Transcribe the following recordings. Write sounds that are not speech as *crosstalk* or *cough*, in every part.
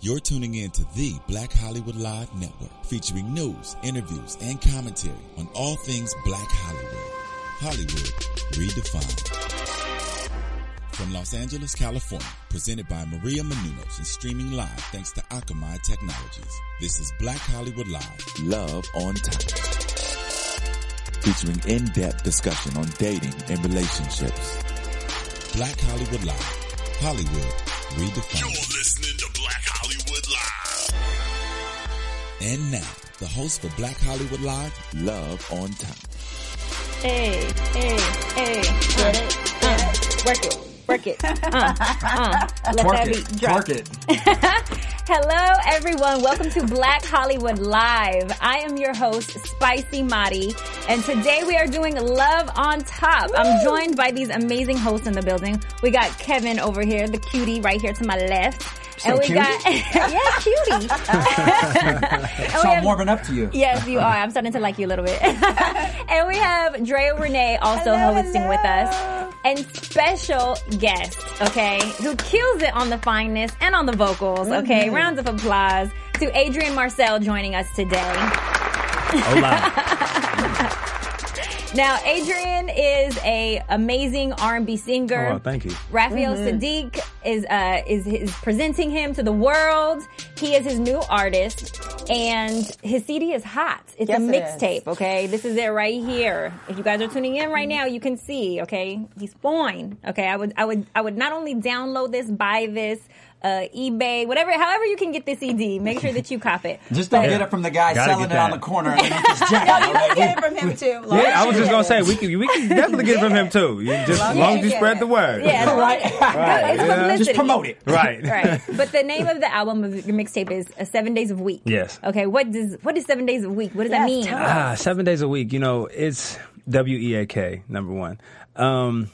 You're tuning in to the Black Hollywood Live Network, featuring news, interviews, and commentary on all things Black Hollywood. Hollywood redefined. From Los Angeles, California, presented by Maria Menounos and streaming live thanks to Akamai Technologies. This is Black Hollywood Live, Love on Top. Featuring in-depth discussion on dating and relationships. Black Hollywood Live, Hollywood redefined. You're listening to Black Hollywood Live. And now, the host for Black Hollywood Live, Love on Top. Hey, hey, hey, get it, uh, work it, work it, uh, uh, let Twerk that it, beat drop. twerk it. Hello, everyone. Welcome to Black Hollywood Live. I am your host, Spicy Madi, and today we are doing Love on Top. I'm joined by these amazing hosts in the building. We got Kevin over here, the cutie right here to my left. and we cutie? got, *laughs* yeah, cutie. And we So I'm have- warming up to you. Yes, you are. I'm starting to like you a little bit. *laughs* and we have Dre Renee also Hello, hosting hello. with us. And special guest, okay, who kills it on the fineness and on the vocals, okay? Rounds of applause to Adrian Marcel joining us today. Now, Adrian is a amazing R&B singer. Oh, thank you. Raphael Mm-hmm. Sadiq is uh, is is presenting him to the world. He is his new artist, and his CD is hot. It's Yes, a it mixtape. Okay, this is it right here. If you guys are tuning in Mm-hmm. right now, you can see. Okay, he's fine. Okay, I would I would I would not only download this, buy this. Uh, eBay, whatever, however you can get this CD, make sure that you cop *laughs* it. Just don't Yeah. get it from the guy Gotta selling get it on that. the corner. And it's just jacked, *laughs* all right? Get it from him too. Like, Yeah, I was just gonna say we can we can definitely get it from him too. You just as long as you Yeah. spread the word. Yeah, *laughs* Right. It's Yeah. publicity. Just promote it. Right. *laughs* right. But the name of the album of your mixtape is uh, Seven Days of Week. Yes. Okay. What does what is Seven Days of Week? What does that mean? Yes, tell Ah, seven days a week. You know, it's W E A K number one. Um,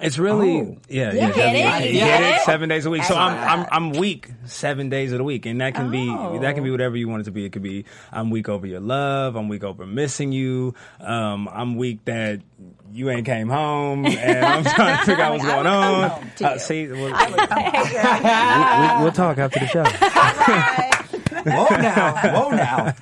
it's really Oh. Yeah, yeah. yeah, W E A it K. is. You Yeah. get it? Seven days a week. So I'm I'm I'm weak seven days of the week, and that can Oh. be that can be whatever you want it to be. It could be I'm weak over your love. I'm weak over missing you. Um, I'm weak that you ain't came home, and I'm trying to figure out what's I would going come on. home to Uh, you. see, *laughs* well, Right. we, *laughs* we, we'll talk after the show. Whoa now, whoa now.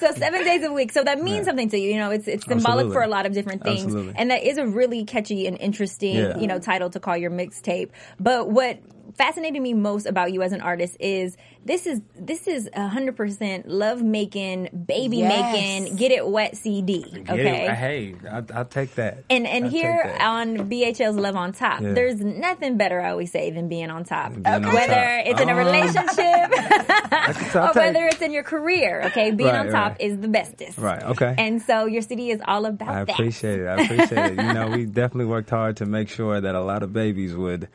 So seven days a week. So that means something to you. You know, it's it's symbolic Absolutely. for a lot of different things, Absolutely. and that is a really catchy and interesting Yeah. you know title to call your mixtape. But what fascinated me most about you as an artist is this is this is hundred percent love making, baby Yes. making, get it wet CD. Yeah, Okay. hey, I, I'll take that. And and I'll take here that. on BHL's Love on Top, Yeah. there's nothing better I always say than being on top. Being on Whether top. it's in a Um, relationship *laughs* So *laughs* I'll or take- whether it's in your career, okay, being Right, on top right. is the bestest. Right, okay. And so your city is all about I that. appreciate it. I appreciate it. You know, we definitely worked hard to make sure that a lot of babies would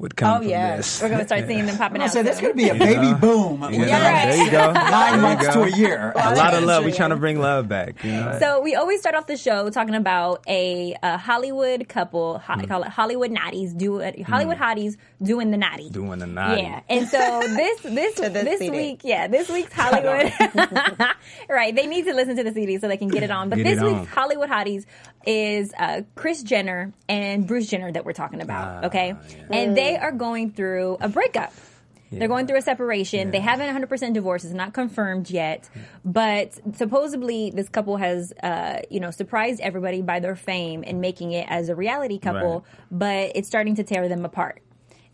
would come Oh, from yeah. this. We're gonna start seeing them popping out. So there's soon. going to be a baby boom You know, within Yeah. There you go. There nine you months go. to a year. A lot of love. We're True. trying to bring love back. You know? So we always start off the show talking about a, a Hollywood couple. Hmm. Ho- Call it Hollywood natties. Do Hollywood hotties doing the naughty. Doing the naughty. Yeah, and so this this *laughs* To the this CD. week, yeah, this week's Hollywood. *laughs* *laughs* right, they need to listen to the CD so they can get it on. But Get this it week's on. Hollywood hotties is uh, Chris Jenner and Bruce Jenner that we're talking about. Ah, okay, and they are going through a breakup. They're going through a separation. They haven't 100% divorced. It's not confirmed yet. But supposedly, this couple has, uh, you know, surprised everybody by their fame and making it as a reality couple, but it's starting to tear them apart.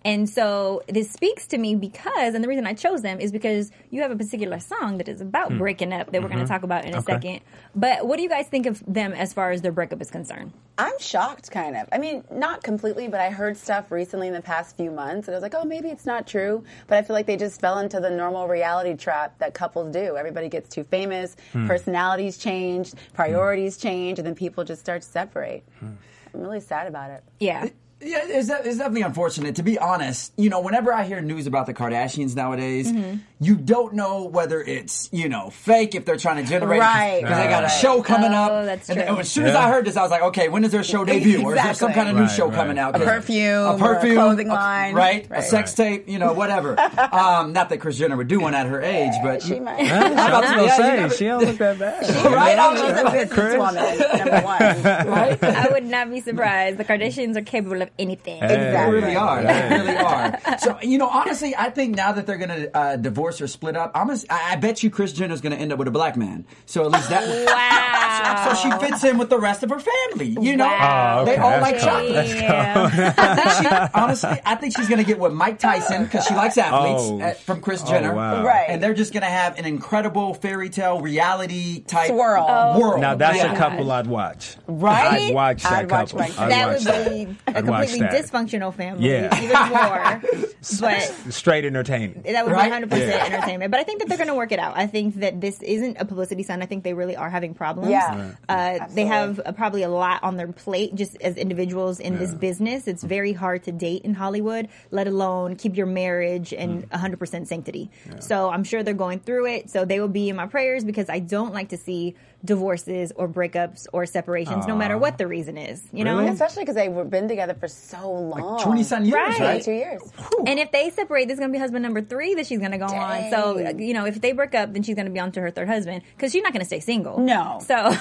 And so this speaks to me because, and the reason I chose them is because you have a particular song that is about breaking up that we're going to talk about in a Hmm. Mm-hmm. Okay. second. But what do you guys think of them as far as their breakup is concerned? I'm shocked, kind of. I mean, not completely, but I heard stuff recently in the past few months, and I was like, oh, maybe it's not true. But I feel like they just fell into the normal reality trap that couples do. Everybody gets too famous, Hmm. personalities change, priorities change, and then people just start to separate. Hmm. I'm really sad about it. Yeah. Yeah, it's, de- it's definitely unfortunate. To be honest, you know, whenever I hear news about the Kardashians nowadays, Mm-hmm. you don't know whether it's you know fake if they're trying to generate Right, because they got a right. show coming Oh, up. that's and true. then- as soon as Yeah. I heard this, I was like, okay, when is their show debut? Or is there some Exactly. kind of new Right, show right. coming out? A perfume or a a perfume, clothing a- line. right? A Right. sex tape, you know, *laughs* whatever. um, not that Chris Jenner would do one at her age, but She might. *laughs* *laughs* I was about to- gonna yeah, you say, never- she don't look *laughs* that bad. right? I was She's a like, businesswoman, number one. *laughs* right? *laughs* I would not be surprised. The Kardashians are capable of anything. They Exactly. really are. Hey. They really are. So you know, honestly, I think now that they're gonna uh, divorce or split up, I'm gonna, I I bet you Chris Jenner's gonna end up with a black man. So at least that. *laughs* Wow. So she fits in with the rest of her family. You know, Wow. Oh, okay. they all That's like cool. chocolate. *laughs* Yeah. That's I think she, honestly, I think she's gonna get with Mike Tyson because she likes athletes Oh. uh, from Chris Oh, Jenner, wow. Right. And they're just gonna have an incredible fairy tale reality type Swirl. Oh. World. Now that's Yeah. a couple I'd watch. Right? I'd watch that I'd watch couple. Mike I'd that watch would that. be a I'd watch completely that. dysfunctional family, Yeah. even *laughs* more. but *laughs* Straight entertainment. that would Right? be 100% Yeah. entertainment. But I think that they're going to work it out. I think that this isn't a publicity sign. I think they really are having problems. Yeah. Right. Uh, they Absolutely. have uh, probably a lot on their plate just as individuals in this business. It's very hard to date in Hollywood, let alone keep your marriage Mm. and 100% sanctity. So I'm sure they're going through it. So they will be in my prayers because I don't like to see divorces or breakups or separations, no matter what the reason is. You know? *laughs* Really? Especially because they've been together for so long. 20 some years, Right. right? 22 years. And if they separate, this is gonna be husband number three that she's gonna go on. So Dang. you know, if they break up, then she's gonna be on to her third husband because she's not gonna stay single. No. So, *laughs*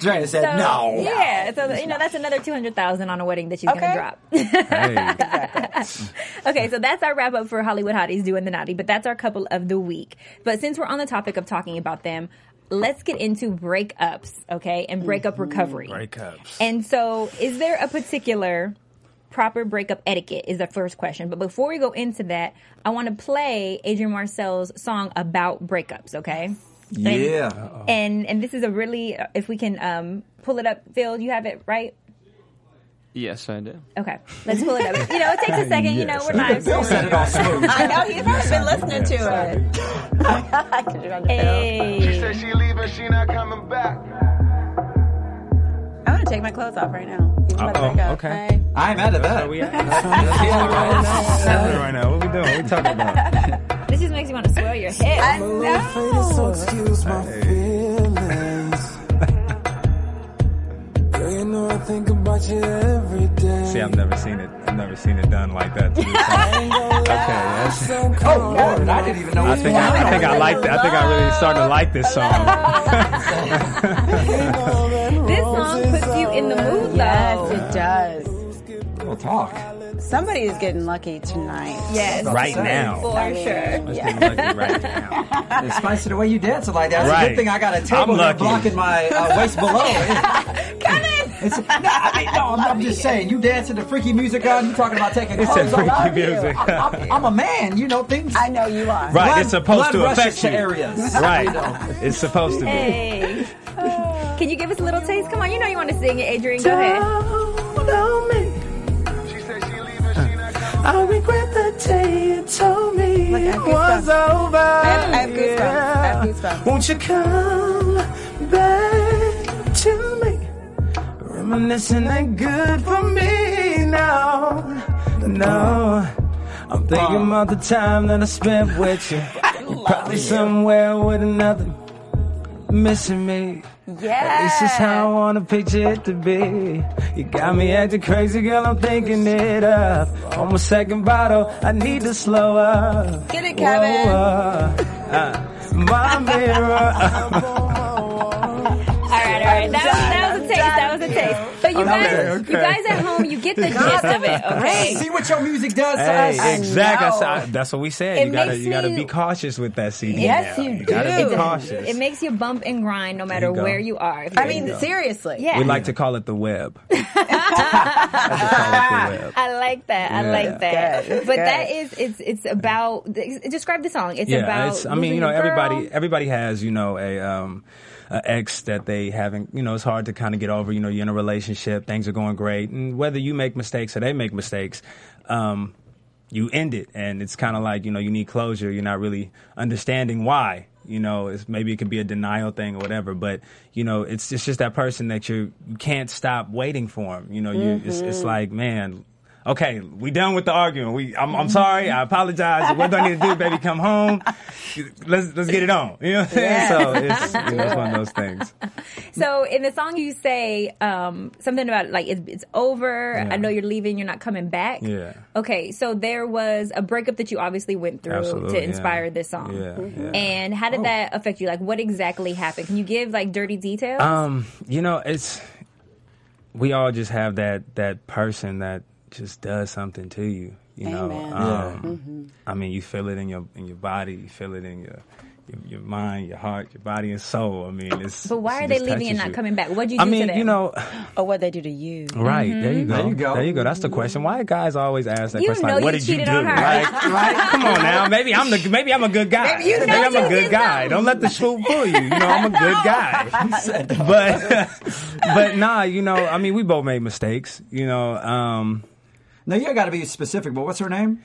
Drea said so, no. Yeah. So you know, that's another two hundred thousand on a wedding that she's Okay. gonna drop. *laughs* Hey. okay, so that's our wrap up for Hollywood Hotties doing the naughty, but that's our couple of the week. But since we're on the topic of talking about them, let's get into breakups, okay, and breakup recovery. Breakups. And so, is there a particular proper breakup etiquette? Is the first question. But before we go into that, I want to play Adrian Marcel's song about breakups. Okay. Yeah. And and, and this is a really if we can um, pull it up, Phil, you have it right. Yes, I do. Okay, let's pull it up. You know, it takes a second. You know, Yes, we're not. Bill said it all smooth. I know he's already been listening to *laughs* it. I could do it on the phone. She Hey. said she leaving, she not coming back. I'm going to take my clothes off right now. You wanna Uh-oh, break up? okay. Hey. I'm out of Where that. we Yeah, at? What's happening right now? What we doing? What we talking about? This just makes you want to swirl your head. I know. excuse my feelings. Girl, you know I think about you every day. See, I've never seen it. I've never seen it done like that. To be fair. *laughs* okay, that's. Oh Lord, I didn't even know. I think I, I think I like. that. I think I really starting to like this song. This song puts you in the mood, Yes, though. it does. We'll talk. Somebody is getting lucky tonight. Yes, Right now. for sure. Let's get lucky right now. They spice it away. You dancing like that. That's a Right. good thing. I got a table I'm here lucky. blocking my uh, waist below. Coming. It's, no, I mean, no, I'm, I'm just saying. You dancing to freaky music on. You talking about taking It's a clothes off. freaky music. I'm, I'm a man. You know things. I know you are. Right, blood- it's blood supposed to rushes affect to you. areas. Right, it's supposed to be. Hey. Can you give us a little taste? Come on, you know you want to sing it, Adrian. Go ahead. Don't know me. She said she leaving, she not coming I regret the day you told me Look, I it have was over. have- I have goosebumps. I have goosebumps. Won't you come back to me? Reminiscing ain't good for me now. No, I'm thinking about the time that I spent with you. You're probably somewhere with another, missing me. Yeah. This is how I wanna picture it to be. You got me acting crazy, girl. I'm thinking it up. On my second bottle, I need to slow up. Get it, Kevin. uh, uh, my mirror. All right, all right. That was, that was a taste. That was a taste. But you guys, okay. you guys at home, you get the gist of it, okay? See what your music does to us. Hey, exactly. That's, know. I- that's what we said. It you gotta, makes you gotta me- be cautious with that CD. Yes, now. you gotta do. be It- cautious. It makes you bump and grind no matter you go. where you are. I mean, seriously. yeah. we like to call it *laughs* the web. I just call it the web. I like that. I Yeah. like that. Good, but good. that is it's it's about describe the song. It's about I mean, losing you know, your girl. everybody everybody has, you know, a um a ex that they haven't, you know, it's hard to kind of get over. You know, you're in a relationship, things are going great, and whether you make mistakes or they make mistakes, um, you end it, and it's kind of like you know, you need closure. You're not really understanding why. You know, it's, maybe it could be a denial thing or whatever, but you know, it's it's just that person that you're, you can't stop waiting for him. You know, you it's, it's like man, okay, we done with the argument. We, I'm, I'm sorry. I apologize. What do I need to do, baby? Come home. Let's let's get it on. You know what I'm saying? So it's, you know, it's one of those things. So in the song, you say um, something about like it's, it's over. Yeah. I know you're leaving. You're not coming back. Yeah. Okay. So there was a breakup that you obviously went through Absolutely, to inspire yeah. this song. Mm-hmm. Yeah, yeah. Oh. And how did that affect you? Like, what exactly happened? Can you give like dirty details? Um, you know, it's we all just have that that person that just does something to you. You Amen. know, Yeah. um, Mm-hmm. I mean, you feel it in your in your body, you feel it in your your, your mind, your heart, your body and soul. I mean, it's. But why she are they just leaving and touches not you. coming back? What'd you do I mean, to them? you know, Or what Oh, they do to you. right there you go, There you go. there you go. That's the question. Why guys always ask Mm-hmm. that You question? know Like, what you did cheated you do? on her. *laughs* Like, like, come on now. Maybe I'm the maybe I'm a good guy. Maybe you know I'm you a did good something. guy. Don't let the swoop fool you. You know, I'm a good guy *laughs* but but *laughs* nah, you know, I mean, we both made mistakes. You know, um, Now you got to be specific. But what's her name?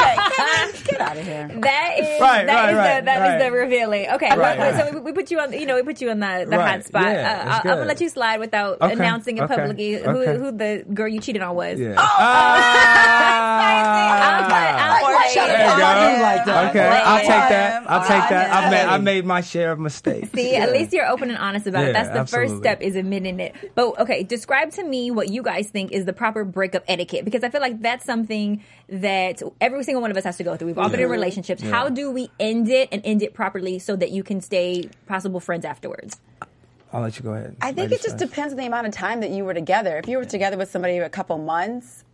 Get out of here. That is *laughs* Right, that right, is right, the that is right. the revealing. Okay, Right, well, right. so we, we put you on. You know, we put you on the, the hot Right, spot. yeah, uh, that's I'm gonna good. let you slide without Okay, announcing it okay, publicly okay. Who, who the girl you cheated on was. yeah. Oh, I'm putting- I'm oh, Ah! putting- shut There you up. go. I do like that. Okay, I'll take that. I'll take that. I Honest. made, I made my share of mistakes. um, See, at least you're open and honest about it. Yeah, That's the first absolutely. step is admitting it. But okay, describe to me what you guys think is the proper breakup etiquette because I feel like that's something that every single one of us has to go through. We've all been in relationships. How do we end it and end it properly so that you can stay possible friends afterwards? I'll let you go ahead. I think Ladies it just first. depends on the amount of time that you were together. If you were together with somebody a couple months,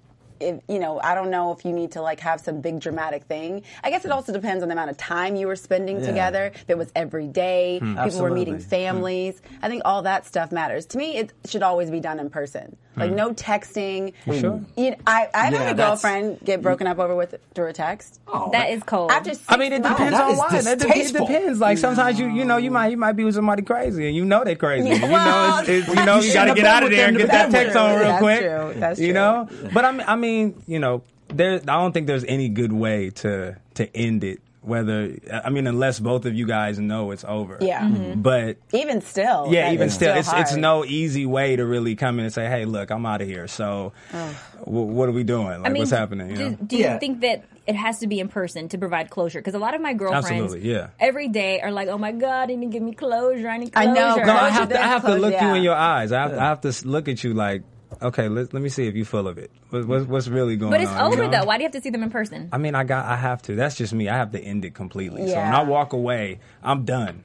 if, you know, I don't know if you need to like have some big dramatic thing. I guess it also depends on the amount of time you were spending together. If it was every day, Hmm. people were meeting Absolutely. families. I think all that stuff matters. To me, it should always be done in person. Like no texting. Hmm. You sure? You know, I, I've Yeah, had a that's- girlfriend get broken up over with through a text. Oh, That is cold. After six I mean, it months. depends that on is why. That dep- it distasteful. depends. Like sometimes you, you know, you might, you might be with somebody crazy, and you know they're crazy. Yeah, you know, well, it's, it's, you know, you you, got to shouldn't have get out of been there and with get them that to begin text on with. real That's quick. true. That's you true. know, but I mean, I mean, you know, there. I don't think there's any good way to to end it. Whether I mean, unless both of you guys know it's over. Yeah. Mhm. But even still. yeah, that even is still, it's it's hard. no easy way to really come in and say, "Hey, look, I'm out of here." So, wh- what are we doing? Like, what's happening? You Do, know? do you Yeah. think that it has to be in person to provide closure? Because a lot of my girlfriends, Absolutely, yeah. every day are like, "Oh my god, I need to give me closure. I need I closure." know, No, I Close have your to. I door, have to close- look you yeah. in your eyes. I have, I have to s- look at you like, okay, let, let me see if you full of it. What, what, what's really going on? but it's you over know? though. Why do you have to see them in person? I mean, I got. I have to. That's just me. I have to end it completely. So when Yeah. I walk away, I'm done.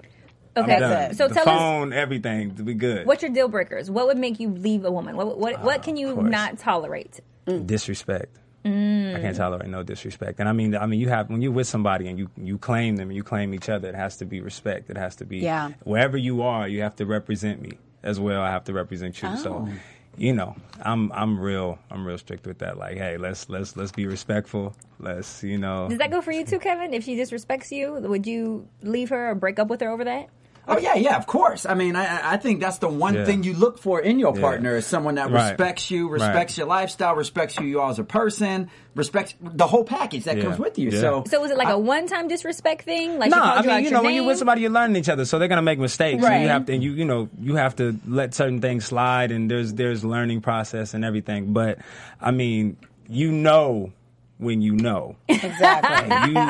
okay, I'm done. it. so the tell us phone, everything, we good. What's your deal breakers? What would make you leave a woman? What what what can you Ah, course. not tolerate? disrespect. I can't tolerate no disrespect. And I mean, I mean, you have when you're with somebody and you you claim them, you claim each other. It has to be respect. It has to be Yeah. wherever you are, you have to represent me as well. I have to represent you. So, you know, I'm I'm real I'm real strict with that. Like, hey, let's let's let's be respectful. Let's you know. Does that go for you too, Kevin? If she disrespects you, would you leave her or break up with her over that? Oh yeah, yeah, of course. I mean, I, I think that's the one Yeah. thing you look for in your Yeah. partner is someone that Right. respects you, respects Right. your lifestyle, respects who you are as a person, respects the whole package that Yeah. comes with you. Yeah. So, So was it like a one-time disrespect thing? Like No, she I called you mean, out you your know, when you're name? with somebody, you're learning each other, so they're gonna make mistakes. And Right. you have to, and you, you know, you have to let certain things slide, and there's there's learning process and everything. But I mean, you know, when you know, *laughs* Exactly. you,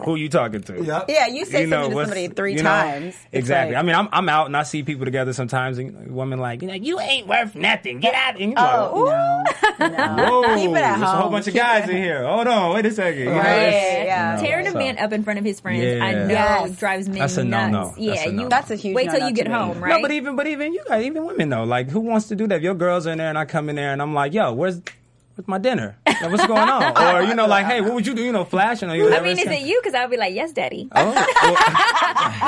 *laughs* who you talking to? Yeah. *laughs* Yeah, you say something to what's- somebody three you know, times. It's Exactly. like- I mean, I'm I'm out and I see people together sometimes, and a woman like, you know, you ain't worth nothing. Get out. And you like, Oh, no, no. *laughs* Whoa, Keep it at there's a whole home. bunch of Keep it guys at in here. Hold on, wait a second. You know, Right. it's- Yeah. you know, Tearing a so. man up in front of his friends, I Yeah. know Yes. drives me That's a nuts. no-no. That's Yeah, a you no-no. That's a huge wait till no-no you get to me. home, No, right? No, but even but even you guys, even women though, like who wants to do that? If your girls are in there and I come in there and I'm like, yo, where's where's my dinner? Like, what's *laughs* going on? Or you know, like, hey, what would you do? You know, flashing or you. I whatever. mean, is it you? Because I'd be like, yes, daddy. Oh, well, But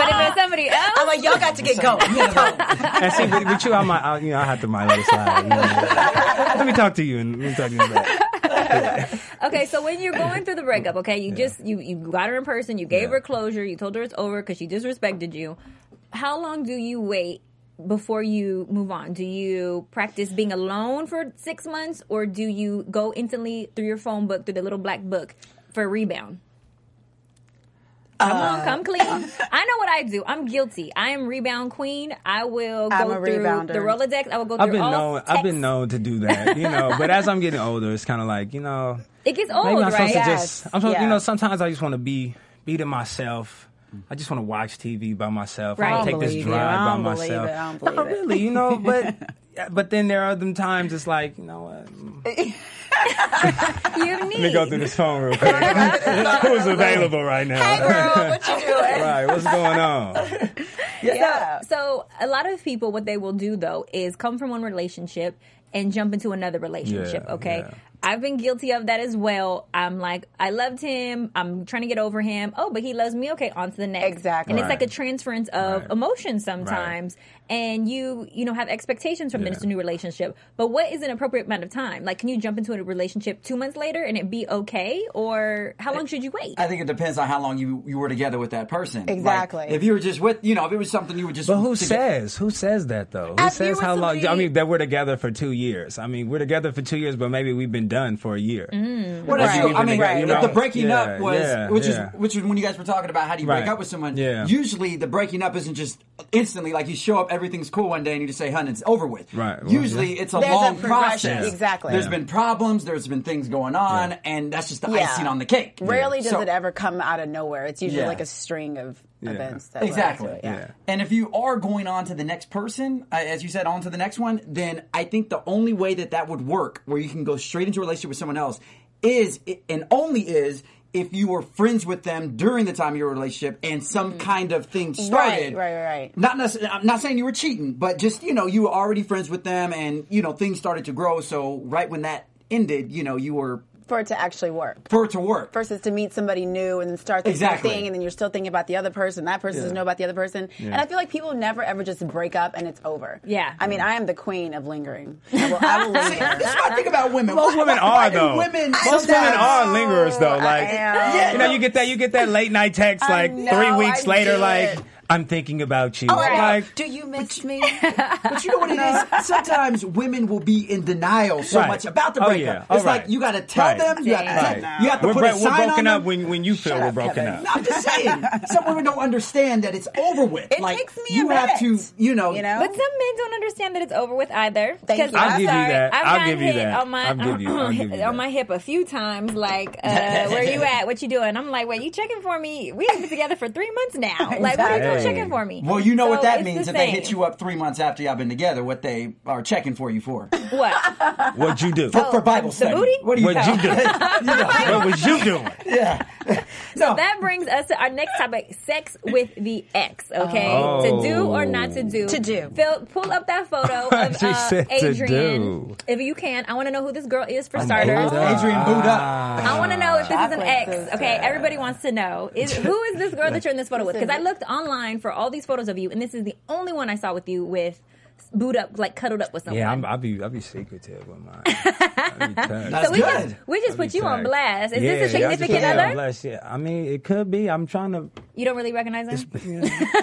if Ah. it's somebody else, I'm like, y'all got to get *laughs* going. and see, with, with you, I might, I, you know, I have to mind that aside. you know. Let me talk to you and let me talk to you about. *laughs* it. Okay, so when you're going through the breakup, okay, you just you you got her in person, you gave Yeah. her closure, you told her it's over because she disrespected you. How long do you wait before you move on? Do you practice being alone for six months, or do you go instantly through your phone book through the little black book for a rebound? Come Uh, on, come clean. I know what I do. I'm guilty. I am rebound queen. I will I'm go a through rebounder. the Rolodex. I will go through I've been all known, texts. I've been known to do that, you know. But as I'm getting older, it's kind of like, you know, It gets old, Maybe right? I'm supposed to Yes, just. I'm supposed, You know, yes. sometimes I just want to be be to myself. I just want to watch TV by myself. Right. I I want to don't take this believe you. drive I by don't believe myself. it. I don't *laughs* believe No, it. Oh, really, you know, *laughs* but. But then there are them times it's like, you know what? Let You need. me go through this phone real *laughs* quick. Who's available right *laughs* now? Girl, what you doing? Right, what's going on? Yeah. So a lot of people, what they will do though, is come from one relationship and jump into another relationship, Yeah, okay? yeah. I've been guilty of that as well. I'm like, I loved him. I'm trying to get over him. Oh, but he loves me. Okay, on to the next. Exactly. And it's Right. like a transference of Right. emotions sometimes. And you, you know, have expectations from it. Yeah. It's a new relationship. But what is an appropriate amount of time? Like, can you jump into a relationship two months later and it be okay? Or how Eh, long should you wait? I think it depends on how long you, you were together with that person. Like, Exactly. if you were just with, you know, if it was something you were just. But who toge- says? Who says that though? Who After you says were how long? I somebody- mean, that we're together for two years. I mean, we're together for two years, but maybe we've been done for a year. Mm. Well, that's Right. true. I mean, Right. if Right. the breaking Yeah, up was, yeah, which yeah. is, which is when you guys were talking about how do you break Right. up with someone. Yeah. Usually, the breaking up isn't just instantly. Like you show up, everything's cool one day, and you just say, "Hun, it's over with." Right. Well, Usually, it's a There's a long progression. process. Exactly. There's Yeah. been problems. There's been things going on, Yeah. and that's just the Yeah. icing on the cake. Rarely does So- it ever come out of nowhere. It's usually Yeah. like a string of Yeah. events. That Exactly. Led to it. Yeah. And if you are going on to the next person, uh, as you said, on to the next one, then I think the only way that that would work, where you can go straight into a relationship with someone else, is and only is if you were friends with them during the time of your relationship and some kind of thing started. Mm. right, right, right. Not necessarily. I'm not saying you were cheating, but just you know you were already friends with them, and you know things started to grow. So right when that ended, you know you were For it to actually work. for it to work. Versus to meet somebody new and then start this new Exactly. thing and then you're still thinking about the other person. That person doesn't know about the other person. And I feel like people never ever just break up and it's over. Yeah. I mean, I am the queen of *laughs* lingering. I will, I will See, linger. that's what I think about women. Most Why- women why are do though. Women Most women are lingerers though. I Like am. you know, you get that you get that late night text I like know, three weeks I later, do like it. I'm thinking about you. Oh, I know. like do you miss *laughs* me? But you know what it is? Sometimes women will be in denial so Right. much about the Oh, breakup. yeah. It's All like right. you got to tell Right. them. You have to, Right. tell- you have to we're, put bre- a we're sign on broken them. up when when you feel we're broken up. No, I'm just saying. Some women don't understand that it's over with. It like, takes me a You have to, minute, you know. you know? But some men don't understand that it's over with either. Because Thank you. I'm I'll give you sorry, that. I've I'll gotten give you hit that. On my, I'll give you- *laughs* I'll give you that. on my hip a few times. Like, uh, where you at? What you doing? I'm like, wait, you checking for me? We have been together for three months *laughs* now. Like, what are you doing Exactly. checking for me? Well, you know So what that it's the means if they same. hit you up three months after y'all been together, what they are checking for you for. What? What'd you do? for Bible the study. booty? What do *laughs* you What'd you do? *laughs* what was you doing? no. That brings us to our next topic: sex with the ex. Okay, Oh. to do or not to do. To do. Fill, pull up that *laughs* photo of She uh, said to Adrian, do. if you can. I want to know who this girl is for starters. Hold up. Adrian booed up. I want to know if this is an Chocolate ex. sister. Okay, everybody wants to know is who is this girl that you're in this photo with? Because I looked online for all these photos of you, and this is the only one I saw with you with boot up, like cuddled up with someone. Yeah, I'm, I'll be I'll be secretive *laughs* with mine. I'll be touched. That's we good. just we just put you on Exactly. blast. Is this a Yeah, I just significant put you on other? blast, yeah. I mean, it could be. I'm trying to. You don't really recognize him.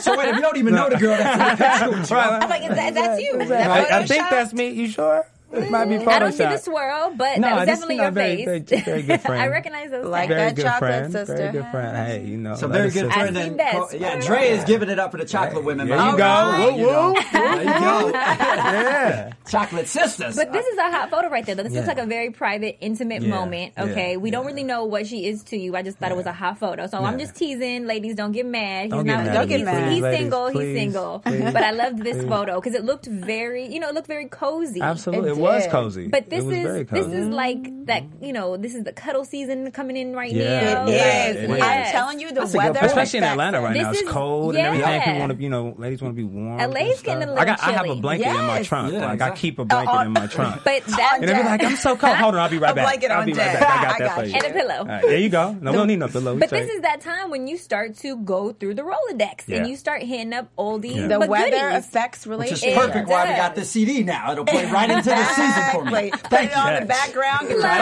so wait, if you don't even know the girl, that's I'm like, is that, that's you. Is that I, I think Photoshop? that's me. You sure? It might be Photoshop. I don't see the swirl, but that was this- definitely you know, your very, face. Very, very *laughs* good friend. I recognize those. Like things. very that good chocolate friend, sister. Very good friend. Hey, you know. So let very us good just- friend. I see and- that. Oh, yeah, Dre is giving it up for the chocolate women. There man. you go. Alright, Woo, you woo. know. There you go. *laughs* *laughs* Yeah. Chocolate sisters. But this is a hot photo right there. Though. This looks Yeah. like a very private, intimate Yeah, moment. yeah, Okay, we don't yeah. really know what she is to you. I just thought it was a hot photo, so I'm Yeah. just teasing. Ladies, don't get mad. He's Don't get mad at me, He's, please, he's ladies, single. he's please, single. please, but I loved this please. photo because it looked very, you know, it looked very cozy. Absolutely. It It, was did. cozy. But this it was very is cozy. this is like that. You know, this is the cuddle season coming in right Yeah. now. It Yeah, is. it I'm is. telling you, the a good weather. point. Especially in affects Atlanta it. right now, This it's is- cold and yeah. everything. People want to, you know, ladies want to be warm. and LA's getting a stuff. little I got, I have a chilly. blanket in my Yes. trunk. Yeah, like I exactly. keep a blanket in my trunk. But that and they're like, I'm so cold. Hold on, I'll be right A back. blanket I'll on be right deck. back. I I got that got for you. you. *laughs* and a pillow. All right, there you go. No, we don't need no pillow. We But straight. this is that time when you start to go through the Rolodex Yeah. and you start hitting up oldies. Yeah. The but weather goodies. affects Which is relationships. perfect why we got does. this CD now. It'll play right into the season for me. Exactly. Put Thank it on you. the background. get right *laughs*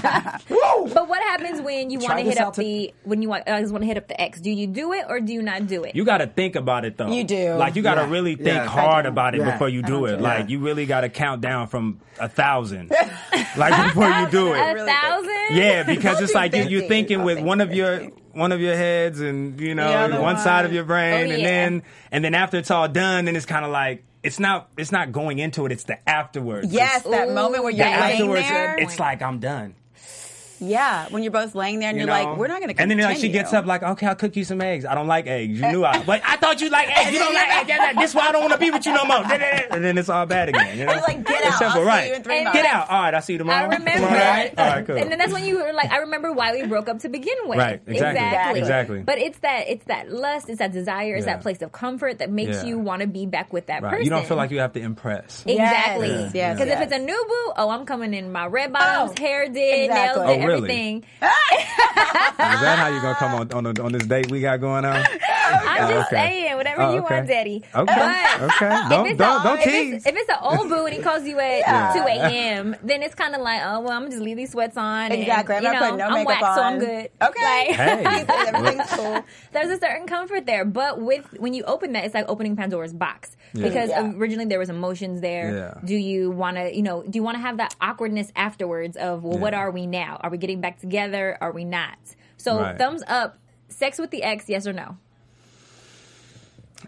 around. But what happens when you want Try to this hit up out to- the when you want, always want to hit up the ex? Do you do it or do you not do it? You got to think about it though. You do. Like you got to Yeah. really think Yeah. I hard don't. about it Yeah. before you I do don't it. do Like that. you really got to count down from *laughs* a thousand, like before you do a it. Really thousand. *laughs* Yeah, because it's do like you, you're 50. thinking Don't with think one of your 50. one of your heads and you know The other one, side of one. your brain, Oh, and yeah. then and then after it's all done, then it's kind of like it's not it's not going into it. It's the afterwards. Yes, It's that Ooh, moment where the you're that laying afterwards. there. It's like I'm done. Yeah, when you're both laying there and you are like, we're not going to. And then like she gets up like, okay, I'll cook you some eggs. I don't like eggs. *laughs* You knew I, but I thought you like eggs. You don't like eggs. That's- That's why I don't want to be with you no more. *laughs* And then it's all bad again. You know? You're like, get out. It's simple, I'll see right? you in three Get months. out. All right, I'll see you tomorrow. I remember. All right, all right cool. And then that's when you were like, I remember why we broke up to begin with. Right, exactly, exactly. But it's that it's that lust, it's that desire, it's Yeah. that place of comfort that makes Yeah. you want to be back with that Right. person. You don't feel like you have to impress. Exactly. Yes, Because Yeah. yes, if yes. it's a new boo, oh, I'm coming in my red bottoms, Oh, hair did, exactly. nails did, Oh, really? everything. Is that how you gonna come on on, on this date we got going on? I'm Oh, just okay. saying, whatever Oh, you okay. want, daddy. Okay. But Okay. Don't- if it's don't- a, don't if tease. It's, if it's an old boo and he calls you at 2 a.m., then it's kind of like, oh, well, I'm going to just leave these sweats on. and, Exactly. I'm you not know, putting no I'm makeup whacked, so I'm on. good. Okay. Like, *laughs* Hey. Everything's cool. *laughs* there's a certain comfort there. But with when you open that, it's like opening Pandora's box Yeah. because Yeah. originally there was emotions there. Yeah. Do you want to, you know, do you want to have that awkwardness afterwards of, well, what Yeah. are we now? Are we getting back together? Are we not? So Right. thumbs up. Sex with the ex, yes or no?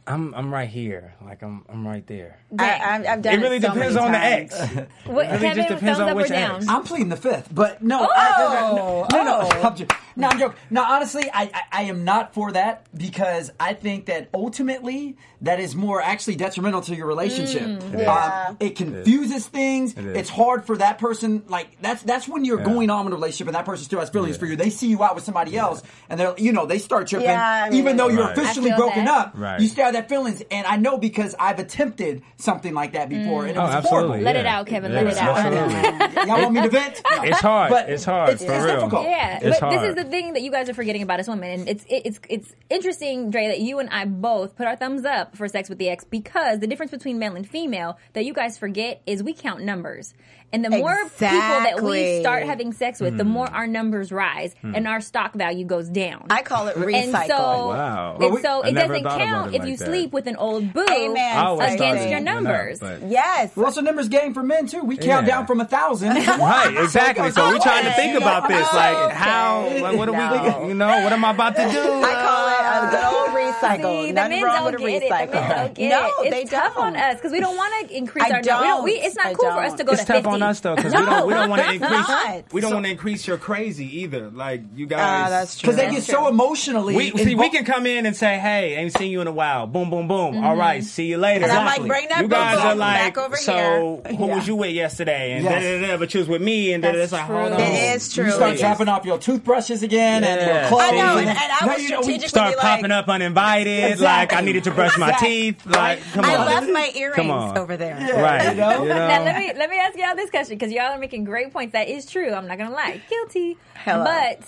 I'm I'm right here. Like I'm I'm right there. Oh, Dang. I, I've, I've done It really so depends many on the times. ex. What, really Kevin, just depends thumbs on up or which down? ex. I'm pleading the fifth, but no, I, no, no, no, Oh. no, I'm jo- no, I'm joking. No, honestly, I, I, I am not for that because I think that ultimately that is more actually detrimental to your relationship. Mm, yeah. Um, it confuses things. is. it's hard for that person. Like that's that's when you're Yeah. going on in a relationship and that person still has feelings for you. They see you out with somebody else and they're you know they start tripping, Yeah, I mean- even though you're Right. officially I feel broken that. up. Right. You still have that feelings, and I know because I've attempted something like that before, Mm. and it Oh, was absolutely. horrible. Let yeah. it out, Kevin. Yeah, Let it out. *laughs* absolutely. *laughs* Y'all want me to vent? No. *laughs* It's hard. But it's hard it's- for it's real. difficult. Yeah, It's but this is hard. the thing that you guys are forgetting about us women, and it's it, it's it's interesting, Dre, that you and I both put our thumbs up for sex with the ex because the difference between male and female that you guys forget is we count numbers, and the more people that we Exactly. start having sex with, the more Hmm. our numbers rise and our stock value goes down. I call it recycle. and so, Wow. and Well, so we- I it never doesn't thought about count it if you like that. sleep with an old boo Amen. I always Same against thought your it was numbers. enough, but- yes. Well, so numbers game for men too. We count Yeah. down from a thousand. *laughs* Right, exactly. So *laughs* we're trying to Okay. think about this. Like, Okay. how, like, what are No. we, you know, what am I about to do? I call it a good old recycle. Uh, See, the Nothing men wrong don't with a get it. recycle. The men don't get no, it. It's they tough don't. on us because we don't want to increase I our number. We don't- don't. We, it's not I cool for us don't. to go it's to tough 50. on us though because we don't we don't want to increase not. we don't want to increase your crazy either. Like you guys, Ah, that's true. Because they get so emotionally. We see we involved. can come in and say, "Hey, ain't seen you in a while." Boom, boom, boom. Mm-hmm. All right, see you later. And I'm like, "Bring that you guys boom are boom like, back over so here." who Yeah. was you with yesterday? And Yes. da, da, da, but you was with me. And da, da, da. it's like, hold on, true. It is true. You start It is. dropping off your toothbrushes again and Yeah. your clothes. I know, and, and I No, was you know, we- strategically start like, popping up uninvited. Like I needed to brush my Exactly. teeth. Like come I on, left my earrings on. over there. *laughs* right? You know? You know? Now let me let me ask y'all this question because y'all are making great points. That is true. I'm not gonna lie, guilty. Hello. But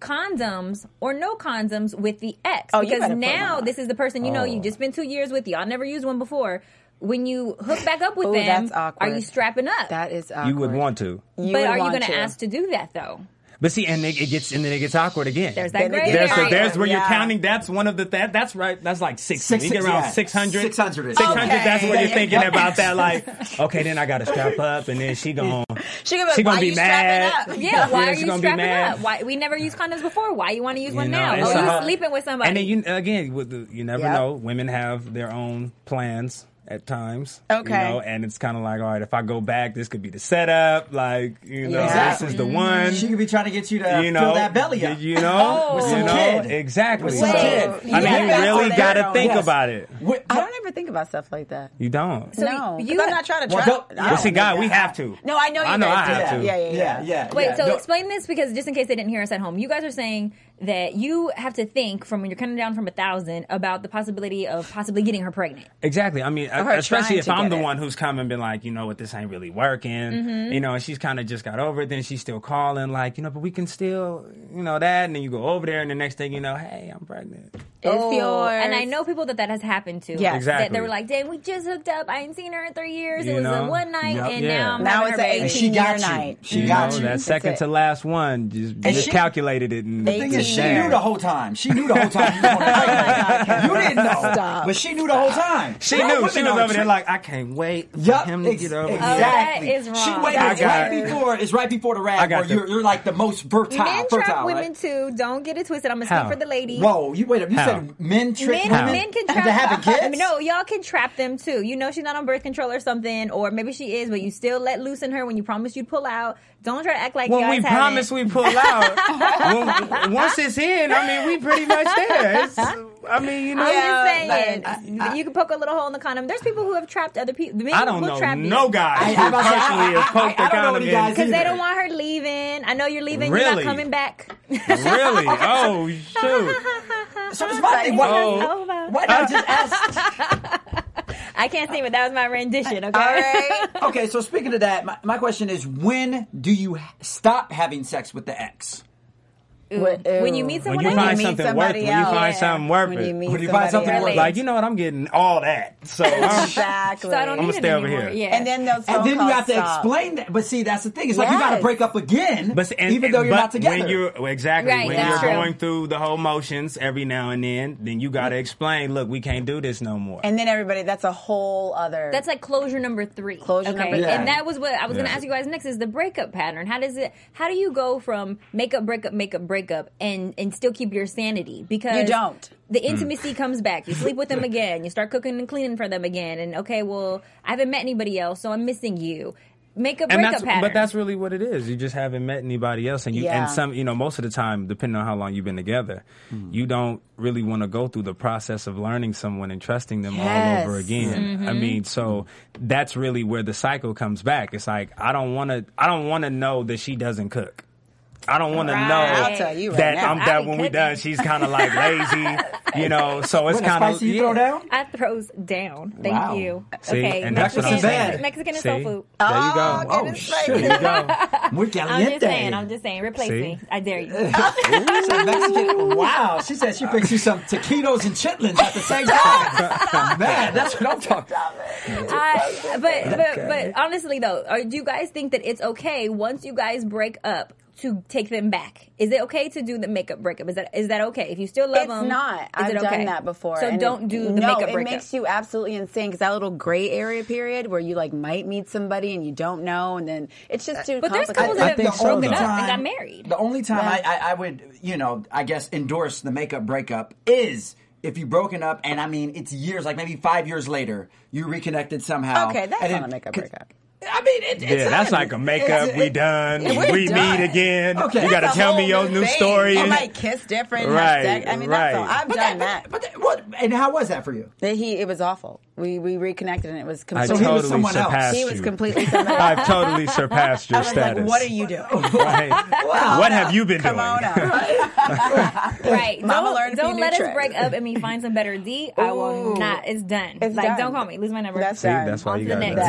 condoms or no condoms with the ex Oh, you because better put now one on. this is the person you know Oh. you've just been two years with. Y'all never used one before. When you hook back up with Ooh, them, that's awkward. are you strapping up? That is awkward. You would want to, You but would are you want gonna ask to do that though? but see, and it, it gets and then it gets awkward again. There's that Then it gray gets There's, so Right. area. there's where you're Yeah. counting. That's one of the that. That's right. That's like six. Six- you get around yeah. 600. 600. 600. Okay. That's where you're Yeah, thinking yeah. *laughs* about that. Like, okay, then I got to strap up, and then she going. She gonna be, She like, gonna Why be you strapping mad. up? Yeah, why *laughs* Yeah, are she's you gonna be strapping mad. up? Why we never used condoms before? Why you want to use You one know, now? it's Oh, a you whole- sleeping with somebody? And then you again, with the, you never Yep. know. Women have their own plans at times. Okay. You know, and it's kind of like, all right, if I go back, this could be the setup. Like, you know, Yeah. Mm-hmm. this is the one. She could be trying to get you to you know, fill that belly y- up. You Oh. know, With you some know, kid. exactly. With So, some You kid. I mean, gotta you balance really it got to out. think Yes. about it. Wh- *laughs* I don't ever think about stuff like that. You don't. So no, 'cause you- I'm not trying to Well, try. don't- I Well, don't see, do God, that. we have to. No, I know you I know guys I do have that. to. Yeah, yeah, yeah, yeah. yeah. Wait, yeah. so No, explain this because just in case they didn't hear us at home, you guys are saying that you have to think from when you're counting down from a thousand about the possibility of possibly getting her pregnant. Exactly. I mean, uh, her especially trying if to I'm get the it. one who's come and been like, you know what, this ain't really working. You know, and she's kind of just got over it. Then she's still calling, like, you know, but we can still, you know, that. And then you go over there, and the next thing you know, hey, I'm pregnant. It's yours. And I know people that that has happened to. That Yes. Oh, Exactly. they were like, "Dang, we just hooked up. I ain't seen her in three years. You it was know? a one night, Yup. and Yeah. now I'm Now having it's her an baby." And she got 18 year you. night. She You got know, you. that That's second it. to last one just, And just she- calculated it. And The They thing is, did. she knew the whole time. She knew the whole time. You, *laughs* Oh wanted to fight. you didn't know, Stop. but she knew the whole time. She Real knew. women She was are over there tri- like, I can't wait for Yup, him to ex- get over here." exactly. Oh, that is wrong. She waited I got- right before. It's right before the I rap got where you're, the- you're like the most fertile. Men fertile, trap women right? too. Don't get it twisted. I'm gonna How? speak for the ladies. Whoa, you wait up. You How? said men trick Men, women men can into trap *laughs* having kids. No, y'all can trap them too. You know she's not on birth control or something, or maybe she is, but you still let loose in her when you promised you'd pull out. Don't try to act like When y'all we promise we pull out, when- once it's in, I mean, we pretty much there. It's, I mean, you know, I'm just saying, I- you can poke a little hole in the condom. There's people who have trapped other people. I don't will know trap you. no guy I- who I'm about to say, personally I- has I- I- poked I don't a know condom any in. guys Because they either. don't want her leaving. I know you're leaving. You're not Really? coming back. *laughs* *laughs* Really? *laughs* Oh, shoot. So it's my thing. Why, Oh. why did I *laughs* just ask? I can't sing, but that was my rendition. Okay. All right. Okay, so speaking of that, my, my question is: When do you h- stop having sex with the ex? What- ew. When you meet When someone, you else, find meet something worth somebody it, when you else, find yeah. something *laughs* worth When it. you meet When you somebody find something else. worth *laughs* Like, you know what? I'm getting all that. *laughs* So um, I'm, exactly. so I don't I'ma need it stay over anymore. here. Yeah. and then those phone And then you calls have to stop. explain that. But see, that's the thing. It's like you got to Yes. break up again, But s- and, even though and- you're but not together. When you're well, exactly Right, when that's you're true. going through the whole motions every now and then, then you Mm. got to explain. Look, we can't do this no more. And then everybody, that's a whole other. That's like closure number three. Closure number three. And that was what I was going to Yeah. ask you guys next is the breakup pattern. How does it? How do you go from makeup, breakup, makeup, breakup, and and still keep your sanity? Because You don't. The intimacy comes back. You sleep with them again. You start cooking and cleaning for them again. And okay, well, I haven't met anybody else, so I'm missing you. Makeup, And breakup that's pattern. but that's really what it is. You just haven't met anybody else, and you Yeah. and some you know most of the time, depending on how long you've been together, Hmm. you don't really want to go through the process of learning someone and trusting them Yes. all over again. I mean, so that's really where the cycle comes back. It's like I don't want to I don't want to know that she doesn't cook. I don't want to Right. know I'll tell you right that now. I'm I that be when we cooking. done, she's kind of like lazy, you *laughs* know. So it's What, a kind of spicy you throw down. I throws down. Thank Wow. you. See, okay, and that's what Mexican, I'm saying. Mexican and See? soul food. There you go. Oh, Oh goodness shit! gracious. there you go. Muy I'm caliente. just saying. *laughs* I'm just saying. Replace See? me. I dare you. She's Mexican. Wow, she said she brings you some taquitos and chitlins at the same *laughs* time. Man, that's what I'm talking about. I, but but but honestly though, are, do you guys think that it's okay once you guys break up to take them back? Is it okay to do the makeup breakup? Is that is that okay? If you still love it's them, not. Is I've it okay? done that before. So and don't it- do the no, makeup it breakup. makes you absolutely insane because that little gray area period where you like might meet somebody and you don't know, and then it's just too. But there's complicated. couples that think have so, broken though. up and got married. The only time I, I, I would, you know, I guess endorse the makeup breakup is if you broken up, and I mean, it's years, like maybe five years later, you reconnected somehow. Okay, that's and not it- a makeup c- breakup. I mean, it, it's Yeah, that's not- like a it's- makeup. it- We done. we're We done. meet again. Okay. You got to That's a tell me whole your new thing. story. You *laughs* might kiss different. have Right, sex. I mean, that's all. right. I've But done that, that. but that- what? And how was that for you? That he, it was awful. We we reconnected and it was I completely. he was totally someone else. surpassed he you. was completely. somebody *laughs* else. *laughs* I've totally surpassed your I was like, status. what are you *laughs* doing? Right. what have you been Come doing? on up. *laughs* right. Mama don't learned a few don't new let us tricks. break up and me find some better D. I will Ooh. not. It's done. It's like done. don't call me. Lose my number. That's See, done. that's why On you to the got next.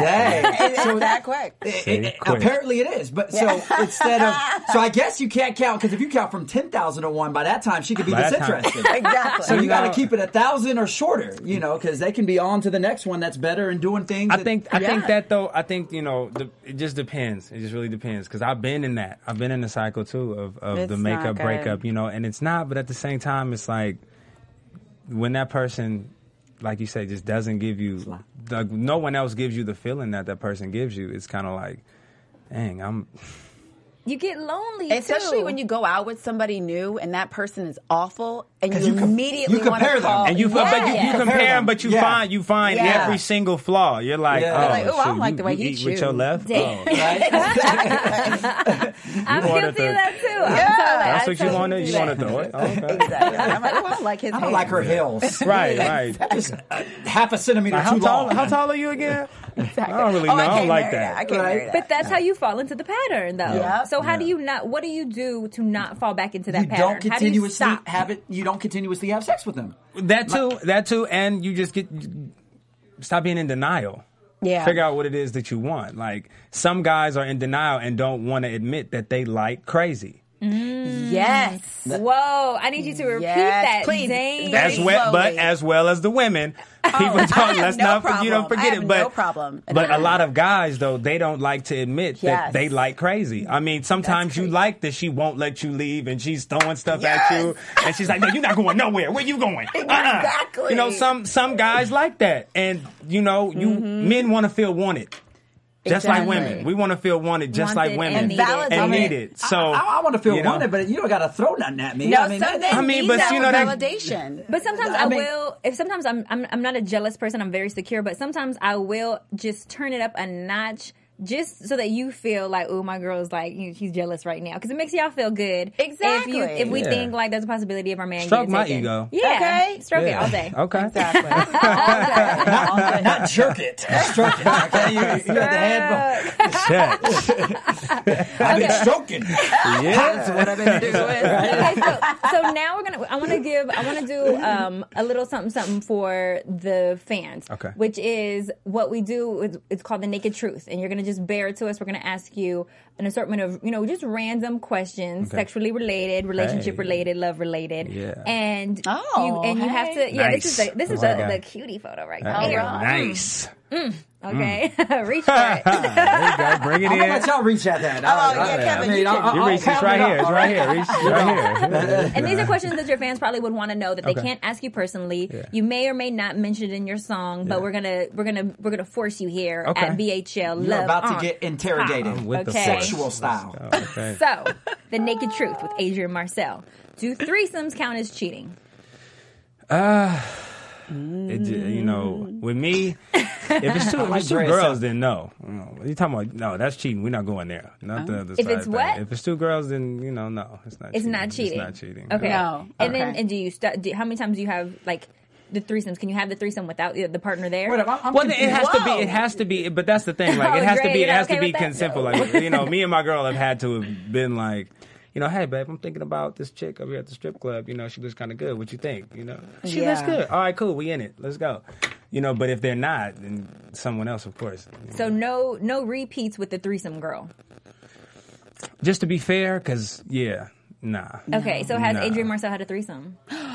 *laughs* that. Dang. It's that quick. See, quick. Apparently it is, but so instead of so I guess you can't count because if you count from ten thousand to one, by that time she could be By that time- disinterested. *laughs* Exactly. So you got to know- keep it a thousand or shorter, you know, because they can be on to the next one that's better and doing things. I that- think I think Yeah. that though I think you know the, it just depends. It just really depends because I've been in that. I've been in the cycle too of, of the It's not makeup good. breakup, you know, and it's not. But at the same time, it's like when that person, like you say, just doesn't give you like no one else gives you the feeling that that person gives you. It's kind of like, dang, I'm Uh, You get lonely, Especially too. when *laughs* you go out with somebody new and that person is awful and you, 'Cause you com- immediately you want to compare call. them. and you Yeah. but you, you Yeah. compare Compare them, but you them. Yeah. find you find Yeah. every single flaw. You're like, Yeah. oh, You're like, "Ooh, I don't shoot, like you- the way you he eat with your chews." *laughs* left. Damn. Oh. *laughs* I'm wanted guilty to- of that too. Yeah. I'm sorry. Oh, I That's what you totally wanted. do You that. wanted to throw it. Oh, okay. *laughs* Exactly. I'm like, oh, I don't like his I don't hand. like her heels. Right, right. Just uh, half a centimeter Like, how too tall? long. How tall are you *laughs* again? I don't really Oh, know. I I, can't don't like marry that. I that. can't marry Right. that. But that's how you fall into the pattern, though. Yeah. So how do Yeah. you not? What do you do to not fall back into that You pattern? don't how do you continuously stop? have it. You don't continuously have sex with them. That too. That too. And you just get stop being in denial. yeah. Figure out what it is that you want. Like some guys are in denial and don't want to admit that they like crazy. Yes. Whoa! I need you to repeat Yes, that, please. Dang. Very As well, but slowly. Oh, as well as the women, people I don't. have let's no not you problem. don't I forget have it. But no problem. But a lot of guys though, they don't like to Yes. admit that they like crazy. I mean, sometimes you like that she won't let you leave and she's throwing stuff at you, and she's like, "No, you're not going nowhere. Where you going?" Uh-uh." Exactly. You know, some some guys like that, and you know, you men want to feel wanted. just like women. We want to feel wanted, just Wanted like women, and needed. and I mean, needed. So I, I want to feel you know, wanted, but you don't got to throw nothing at me. No, I mean, some that- men I mean, need but that you know, that- validation. But *laughs* sometimes I I, mean- will. If sometimes I'm, I'm I'm not a jealous person. I'm very secure. But sometimes I will just turn it up a notch, just so that you feel like, oh, my girl's like you know, she's jealous right now, because it makes y'all feel good. If, Exactly. you, if we Yeah. think like there's a possibility of our man Stroke getting my taken. ego. Yeah. Okay. Stroke it yeah. all day. Okay. Exactly. *laughs* not, not jerk it, stroke it. Okay, you, you got the head. Yeah. I've been stroking. yeah. That's what I've been doing. okay, so, so now we're gonna. I want to give. I want to do um, a little something something for the fans. Okay. Which is what we do. It's, it's called the naked truth, and you're gonna just bear it to us. We're gonna ask you an assortment of you know just random questions, sexually related, relationship Hey. related, love related. Yeah. And Oh, you and you have to. Yeah. This is Nice. the this is That's the, what I the got. cutie photo right That is there. nice. Okay. *laughs* Mm. Reach for *laughs* it. There you go. Bring it I'm gonna let in. y'all reach at that. Oh, yeah, Kevin, you can- You reach this right here. It's right here. Reach *laughs* this right here. And these are questions that your fans probably would want to know that they Okay. can't ask you personally. Yeah. You may or may not mention it in your song, but we're gonna we're gonna we're gonna force you here Okay. at BHL. You're Love about on. to get interrogated. With the Okay. force. Sexual style. Oh, okay. So, the naked truth with Asia and Marcel. Do threesomes count as cheating? It, ju- you know, with me, if it's two, if it's two Dre, girls, then no. No, You talking about no? That's cheating. We're not going there. Not the other Oh. If side it's thing. what? If it's two girls, then you know, no, it's not. It's cheating. not cheating. It's not cheating. Okay. No. And then Okay. and do you st- do, how many times do you have like the threesomes? Can you have the threesome without uh, the, the partner there? Wait, I'm, I'm Well, then it confused. has to be. Whoa. It has to be. But that's the thing. *laughs* Like, Oh, it has Dre, to be. you're It not has okay to be with that? consensual. Like, you know, me and my girl have had to have been like, you know, hey, babe, I'm thinking about this chick over here at the strip club. You know, she looks kind of good. What you think? You know, she looks Yeah. good. All right, cool. We in it. Let's go. You know, but if they're not, then someone else, of course. So no no repeats with the threesome girl. Just to be fair, because yeah, nah. Oh. Okay, so has Nah. Adrian Marcel had a threesome? I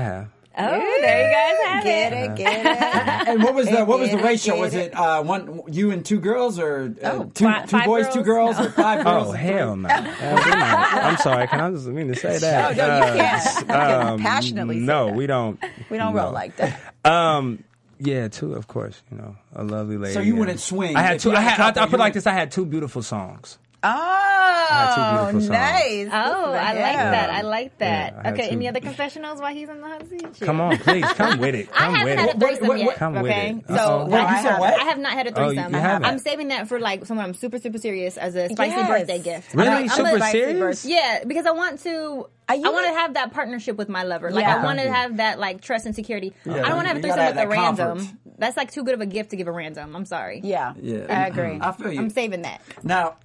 have. Oh, there you guys have Get it. it, get it. And what was the what was the Get it, ratio? get Was it. it uh, one you and two girls or uh, Oh, two fi- two five boys, two girls? girls, or five girls? *laughs* Oh hell no! I'm sorry. Can I just I mean to say that? *laughs* No, no, you can't. You can Uh, um, passionately say No, that. we don't. We don't no. roll like *laughs* that. Um, yeah, two, of course. You know, a lovely lady. So you and- wouldn't swing I had if two. you I had a had. I, I couple, put it you like would- this. I had two beautiful songs. Oh, two beautiful songs. nice. Oh, I like Yeah. that. I like that. Yeah, I had okay, two. any other confessionals while he's in the hot seat? Shit. Come on, please, come with it. *laughs* I Come haven't with had it. a threesome Wait, wait, yet. wait. Come with okay? it. So Uh-oh. Wait, you I said have- what? I have not had a Oh, you threesome. haven't? I'm saving that for like someone I'm super super serious as a spicy Yes. birthday gift. Really? I'm like, I'm Super like- serious? Yeah, because I want to. Are I you want to like- have that partnership with my lover. Like Yeah. I want to Okay. have that like trust and security. I don't want to have a you gotta threesome with a have that random. comfort. That's like too good of a gift to give a random. I'm sorry. Yeah. Yeah. I agree. I feel you. I'm saving that. now,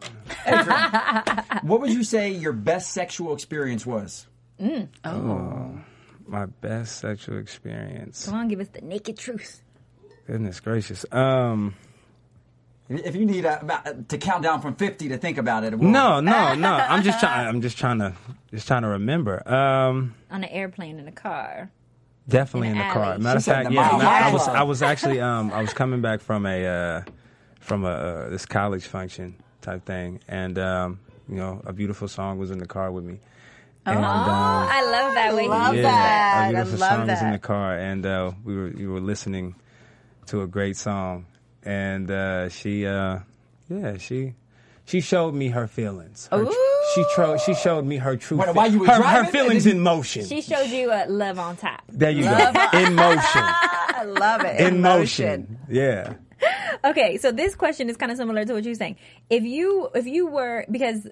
Adrian, what would you say your best sexual experience was? My best sexual experience. Come on, give us the naked truth. Goodness gracious. Um. If you need uh about, to count down from fifty to think about it, we'll- No, no, no. I'm just trying. I'm just trying to. Just trying to remember. Um. On an airplane in a car. Definitely In in the the car. alley. Matter of She said fact, the yeah, mile ma- I high was club. I was actually um I was coming back from a uh, from a uh, this college function type thing, and um, you know a beautiful song was in the car with me, and um, Oh, I love that way. he Oh, love did yeah, that. I a beautiful love song was in that. the car, and uh, we were we were listening to a great song, and uh, she uh, yeah she. She showed me her feelings. Her tr- she tro- she showed me her true. Wait, fe- while you were her, her driving? feelings in motion. She showed you uh, a love on top. there you go. In motion. *laughs* I love it. in motion. Yeah. Okay, so this question is kind of similar to what you're saying. If you if you were because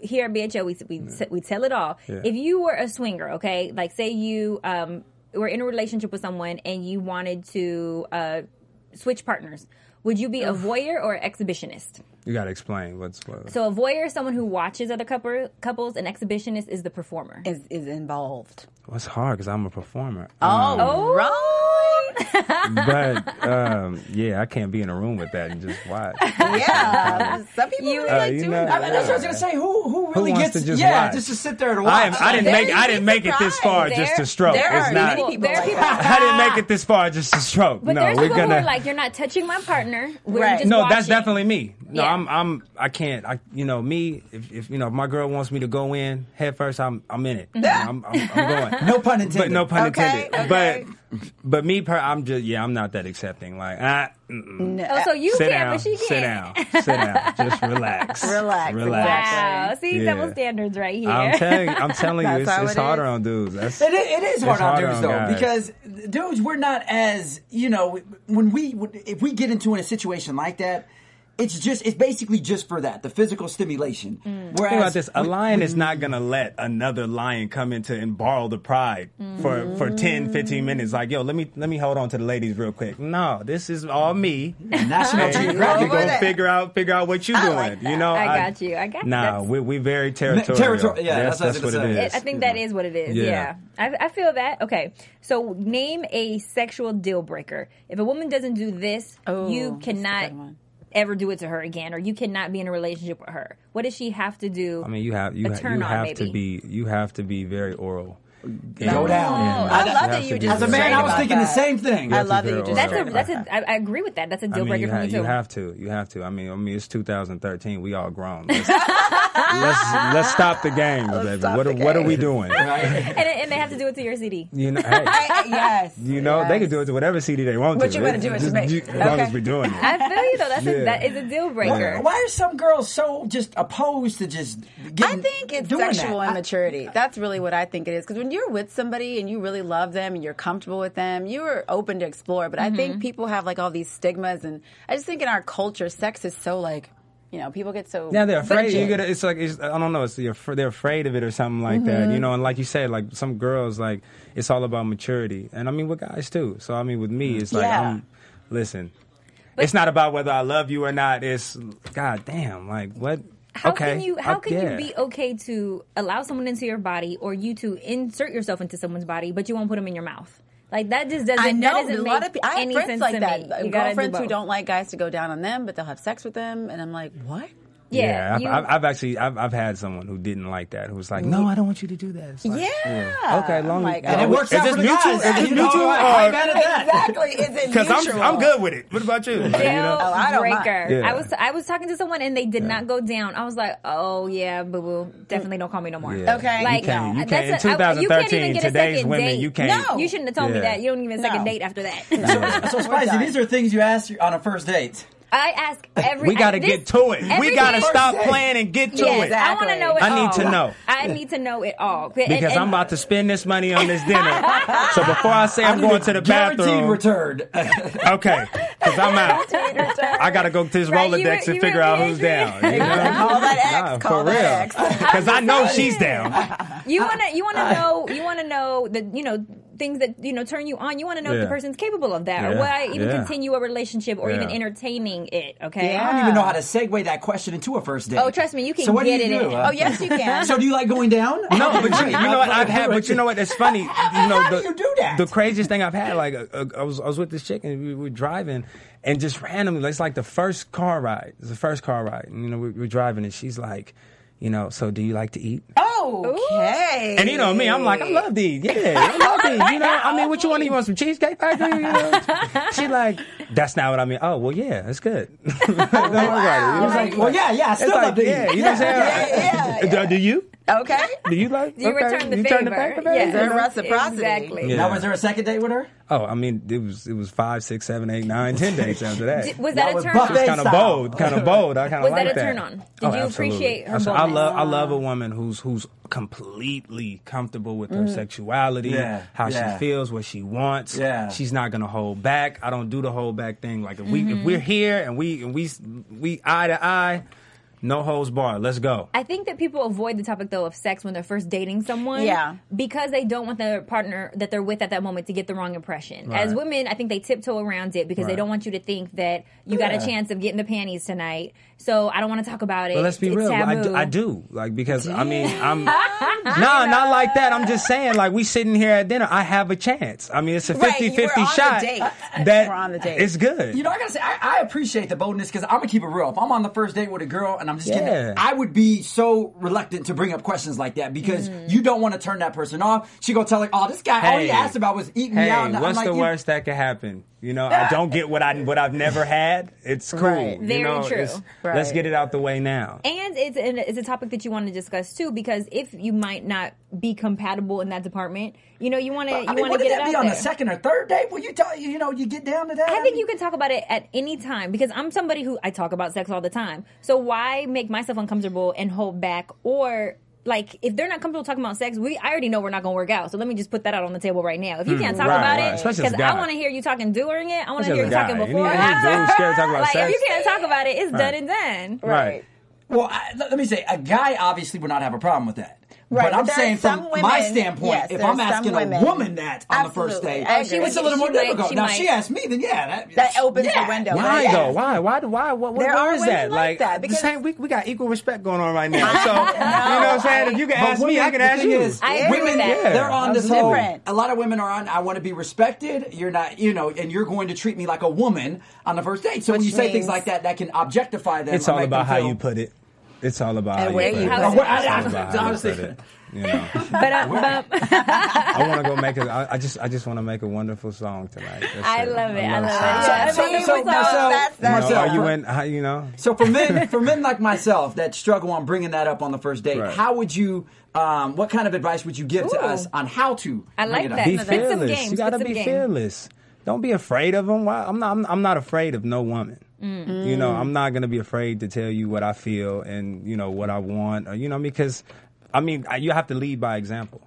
here at BHO we we, we tell it all. Mm. Yeah. If you were a swinger, okay, like say you um were in a relationship with someone and you wanted to uh switch partners, would you be a voyeur or exhibitionist? You got to explain what's what. So a voyeur is someone who watches other couple, couples, and exhibitionist is the performer. Is is involved. what's hard because I'm a performer. Uh-huh. Oh, right. Um, but um, yeah, I can't be in a room with that and just watch. yeah. *laughs* Some people You- really Uh, like you doing know- I that. mean, that's what I was gonna say. Who who really wants gets to just yeah, watch? just to sit there to watch? I, am, I didn't There make you I didn't be make it this far surprised. There- just to stroke. there It's are not. many people there are like people- that. I didn't make it this far just to stroke. But no, there's we're people who gonna. are like, you're not touching my partner. We're Right. just no, watching. that's definitely me. no, Yeah. I'm, I'm, I can't. I, you know, me. If, if you know, if my girl wants me to go in head first, I'm, I'm in it. You know, I'm, I'm, I'm going. *laughs* No pun intended. Uh, But no pun Okay, intended. okay. But, but me, per, I'm just, yeah, I'm not that accepting. Like, I, mm-mm. No. Oh, so you sit can, down, but she can't. sit down, sit down. Just relax, Relax, relax. *laughs* Wow, see Yeah. double standards right here. I'm *laughs* telling, I'm telling you, That's it's, how it's it harder is. on dudes. That's, It, i- it is hard on hard dudes on though guys. because dudes we're not as you know when we if we get into a situation like that it's just it's basically just for that the physical stimulation whereas Mm. Think about this: a lion is not gonna let another lion come into and borrow the pride for for Mm. 10, 15 minutes. Like, yo, let me let me hold on to the ladies real quick. No, this is all *laughs* me. National Hey, you Geographic Over gonna there. figure out figure out what you doing. like that. you know, I got you. I got- Nah, that's- we we very territorial. territorial. Yeah, that's, that's what that's, I was what gonna it say. is. I think that is what it is. Yeah. Yeah. I, I feel that. Okay. So name a sexual deal breaker. If a woman doesn't do this, Oh, you that's a cannot good one. ever do it to her again, or you cannot be in a relationship with her. What does she have to do? I mean, you have you, A ha- turn you on, have to maybe. be you have to be very oral. Go down. I Yeah, you love have that to you be just as a very straight man I was about oral. thinking the that. same thing You I have to love be that you very just that's a straight that's about a I, I agree with that. That's a I deal mean, breaker you, for ha- me too. you have to. You have to. I mean, I mean, it's 2013. We all grown. Let's let's, let's stop the game, baby. stop What are, the what are we game. doing? *laughs* and, and they have to do it to your *laughs* CD. You know, hey, that. *laughs* yes. you know, they can do it to whatever CD they want What to. you gonna do is just make- do- as long okay. as we're doing it. I feel you though. That's Yeah. a, that is a deal breaker. why are some girls so just opposed to just I getting, think it's doing that? sexual I- immaturity. That's really what I think it is. Because when you're with somebody and you really love them and you're comfortable with them, you are open to explore. But I Mm-hmm. think people have like all these stigmas, and I just think in our culture, sex is so like, you know, people get so Yeah, they're afraid. rigid. You gotta, it's like it's, I don't know. It's you're, af- they're afraid of it or something like that. You Mm-hmm. know, and like you said, like some girls, like it's all about maturity. And I mean, with guys too. So I mean, with me, it's like, Yeah. I'm, listen, it's not about whether I love you or not. It's God damn, like what? How okay, can you how I- can yeah. you be okay to allow someone into your body or you to insert yourself into someone's body but you won't put them in your mouth? Like that just doesn't. I that know doesn't a lot make of people. I have any friends sense like to that. me. uh, You gotta do Girlfriends who both. don't like guys to go down on them, but they'll have sex with them, and I'm like, what? Yeah, Yeah, you- I've, I've, I've actually I've, I've had someone who didn't like that who was like, no, I don't want you to do that. It's like, Yeah. Okay, I'm long- like, And it oh, works Is out for this the mutual? guys. Is this You know, mutual? I- Or- I'm mad at that. Exactly. Is *laughs* it Because I'm mutual? I'm good with it. What about you? Like, you Deal know? Oh, I don't mind. breaker. Yeah. I was I was talking to someone and they did not go down. I was like, oh yeah, boo boo, definitely don't call me no more. Yeah. Okay. like you can't, you can't, that's in a- I- you can't 2013, even get a today's second women, date. you can't. No. You shouldn't have told me Yeah. that. You don't even second No. date after that. so We're spicy done. these are things you ask your- on a first date *laughs* I ask every. *laughs* We got to I- this- get to it. We every got to date- stop playing and get to Yes, it. exactly. I want to know it I all. need to know. I need to know it all. And- Because and- I'm about to spend this money on this dinner. so before I say I'm going to the guaranteed bathroom, return *laughs* okay, because I'm out. I got to go to this Right, you Rolodex were- and you figure were out reading. who's down. You know? Call that ex, Nah, call for that real. *laughs* Because I know she's down. You want to you want to know you want to know the you know things that you know turn you on. You want to know if Yeah. the person's capable of that Yeah. or will I even Yeah. continue a relationship or even Yeah. entertaining it, okay? I don't even know how to segue that question into a first date Oh, trust me, you can so what get do you it do? in. Uh, Oh yes, you can. so do you like going down *laughs* No, but you, you know what I've had. But you know what? It's funny. You know, How do the, you do that? The craziest thing I've had, like, uh, uh, I was I was with this chick and we were driving, and just randomly, it's like the first car ride. It's the first car ride, and you know, we were driving, and she's like, you know, so do you like to eat? Okay. And you know me, I'm like, I love these. Yeah, I love *laughs* these. You know, I mean, what you want? You want some cheesecake factory? You know? She like, that's not what I mean. Oh well, yeah, that's good. *laughs* Don't worry about it. You know, It's like, well, yeah, yeah, I it's still like, love to yeah, eat. you know what I'm saying? Yeah, yeah, *laughs* Do, do you? Okay. Do you like? You return the you favor. Turn the favor Yes. back? There's reciprocity. Exactly. Yeah. Now, was there a second date with her? Oh, I mean, it was it was five, six, seven, eight, nine, ten days *laughs* after that. D- It Was That that, was a turn buffet was on? kind of style. bold, kind of bold. I kind of Was like that a turn on? Did Oh, you absolutely. appreciate her Absolutely. I love I boldness? love a woman who's who's completely comfortable with Mm. her sexuality, Yeah, how yeah. she feels, what she wants. Yeah. she's not gonna hold back. I don't do the hold back thing. Like if we Mm-hmm. if we're here and we and we we eye to eye, no holds bar. Let's go. I think that people avoid the topic though of sex when they're first dating someone, Yeah. because they don't want their partner that they're with at that moment to get the wrong impression. Right. As women, I think they tiptoe around it because they Right. don't want you to think that you got Yeah. a chance of getting the panties tonight. So I don't want to talk about it. But let's be It's real. I taboo. do, I do. Like, because, *laughs* I mean, I'm. nah, not like that. I'm just saying, like, we sitting here at dinner. I have a chance. I mean, it's a 50 Right, you 50 were on the shot. date. That We're on the date. It's good. You know, I gotta say, I, I appreciate the boldness because I'm gonna keep it real. If I'm on the first date with a girl and I'm just Yeah. getting, I would be so reluctant to bring up questions like that because Mm. you don't want to turn that person off. She gonna tell like, oh, this guy all he Hey. asked about was eating me hey, out. And I'm what's like, the you- worst that could happen? You know, I don't get what I what I've never had. It's cool. Right. you Very know, true. it's- Right. Let's get it out the way now. And it's and it's a topic that you want to discuss too, because if you might not be compatible in that department, you know you want to you I mean, want to wouldn't get it that out be there. on the second or third date? Will you tell you know you get down to that? I Um, think you can talk about it at any time because I'm somebody who I talk about sex all the time. So why make myself uncomfortable and hold back or like if they're not comfortable talking about sex, we I already know we're not going to work out. So let me just put that out on the table right now. If you can't talk Hmm, right, about right. it, Especially as a I guy. want to hear you talking during it. I want to Especially hear as you a talking guy. before. Any- any dude who's scared to talk about like if you sex. can't talk about it, it's done Right. and *laughs* done. Right. Well, I, let me say, a guy obviously would not have a problem with that. Right, But I'm there are saying from some women- my standpoint, yes, if there are I'm some asking women- a woman that on the first Absolutely. date, I agree. it's a little She more might- difficult. she now, if might- she asked me, then yeah. That, That opens the yeah. window. Why Yes. though? Why? Why? Why? What? what There where are is women that? like that, the because- same, we we got equal respect going on right now. So you know what I'm saying? If you can But ask me, I women- can the ask thing you. is, I agree with women, that. Yeah, they're on this that's whole. different. A lot of women are on. I want to be respected. You're not, you know, and you're going to treat me like a woman on the first date. So when Which you say things means- like that, that can objectify them. It's and all make them about how feel- you put it. It's all about And how where you you put put it. it. It's all about how *laughs* you Honestly. put it. You know, But uh, but I want to go make a. I, I just, I just want to make a wonderful song tonight. That's I love it. I love songs. it. Yeah, So- I mean, so- we know that's- so- so- You know, that's- Marcel, are you in? How, you know, So for men, for men like myself that struggle on bringing that up on the first date, Right. how would you? Um, what kind of advice would you give Ooh. to us on how to? I bring like it up? that. be That's another- Spit some fearless. game, You spit gotta some be game. fearless. Don't be afraid of them. Why? I'm not. I'm, I'm not afraid of no woman. Mm. You know, I'm not gonna be afraid to tell you what I feel and you know what I want. Or, you know, because I mean, I, you have to lead by example.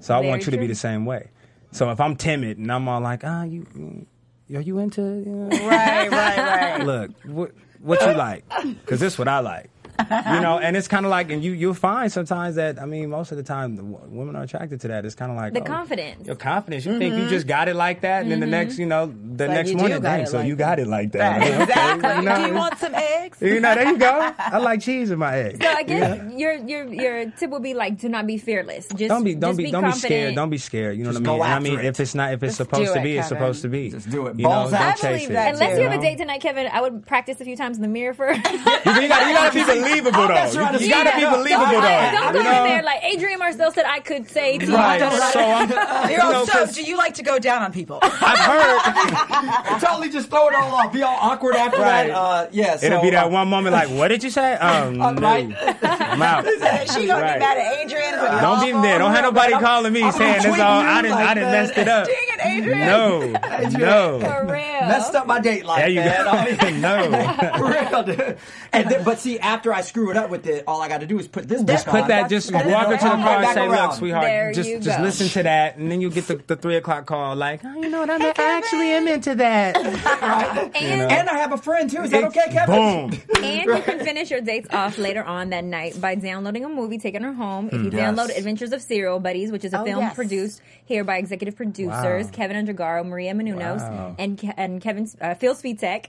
So I Very want you to true. be the same way. So if I'm timid and I'm all like, ah, you, you- are you into? You know, Right, right, right. look, what what you like? Because this what I like. You know, and it's kind of like, and you you'll find sometimes that I mean, most of the time, the w- women are attracted to that. It's kind of like The oh, confidence. your confidence. You think you just got it like that, and then the next, you know, the like, next you do morning, got dang, it so like you that. got it like that. Okay, Exactly. you know, Do you want some eggs? *laughs* you know, there you go. I like cheese in my egg. so I guess your your your tip would be like, do not be fearless. Just Don't be, don't just be, be don't confident. be scared. Don't be scared. You know Just go what I mean? And I after mean, it. if it's not, if it's Just supposed do to it, be, it's Kevin. supposed to be. Just do it. You know, Balls don't out. I chase believe it. that, Unless too. you have a know? date tonight, Kevin, I would practice a few times in the mirror for. *laughs* You, you gotta, you gotta be believable though. mess around You, and you gotta see be it. believable Don't, though. don't go you know? in there like Adrian Marcel said I could say to you. Right. Don't So I'm, You're you all, know, so, 'cause do you like to go down on people? I've heard totally just throw it all off. Be all awkward after Right. that. Uh, yeah, so, it'll be uh, that one moment like, what did you say? Um, Uh, no. right. I'm out. she gonna Right. be mad at Adrian. It's gonna Don't be in there. Don't have nobody calling me I'm saying this tweeting all. I you didn't. I like didn't that. messed it up. Dang it, Adrian. No, For no. real. Messed up my date life, There you man. *laughs* I go. mean, *laughs* No. for real, dude. And then, but see, after I screw it up with it, all I got to do is put this. Just back put on. that. Just And then walk her to the come car and back say, around. "Look, sweetheart, There just you just go. listen to that," and then you get the, the three o'clock call. Like, oh, you know what? I'm I actually am *laughs* into that. And, And I have a friend too. Is that okay, Kevin? Boom. and you can finish your dates off later on that night by downloading a movie, taking her home. If Mm, you download Adventures of Serial Buddies, which is a Oh, film yes. produced here by executive producers Wow. Kevin Undergaro, Maria Menounos, Wow. Uh-huh. and Ke- and Kevin uh, Phil Svitek,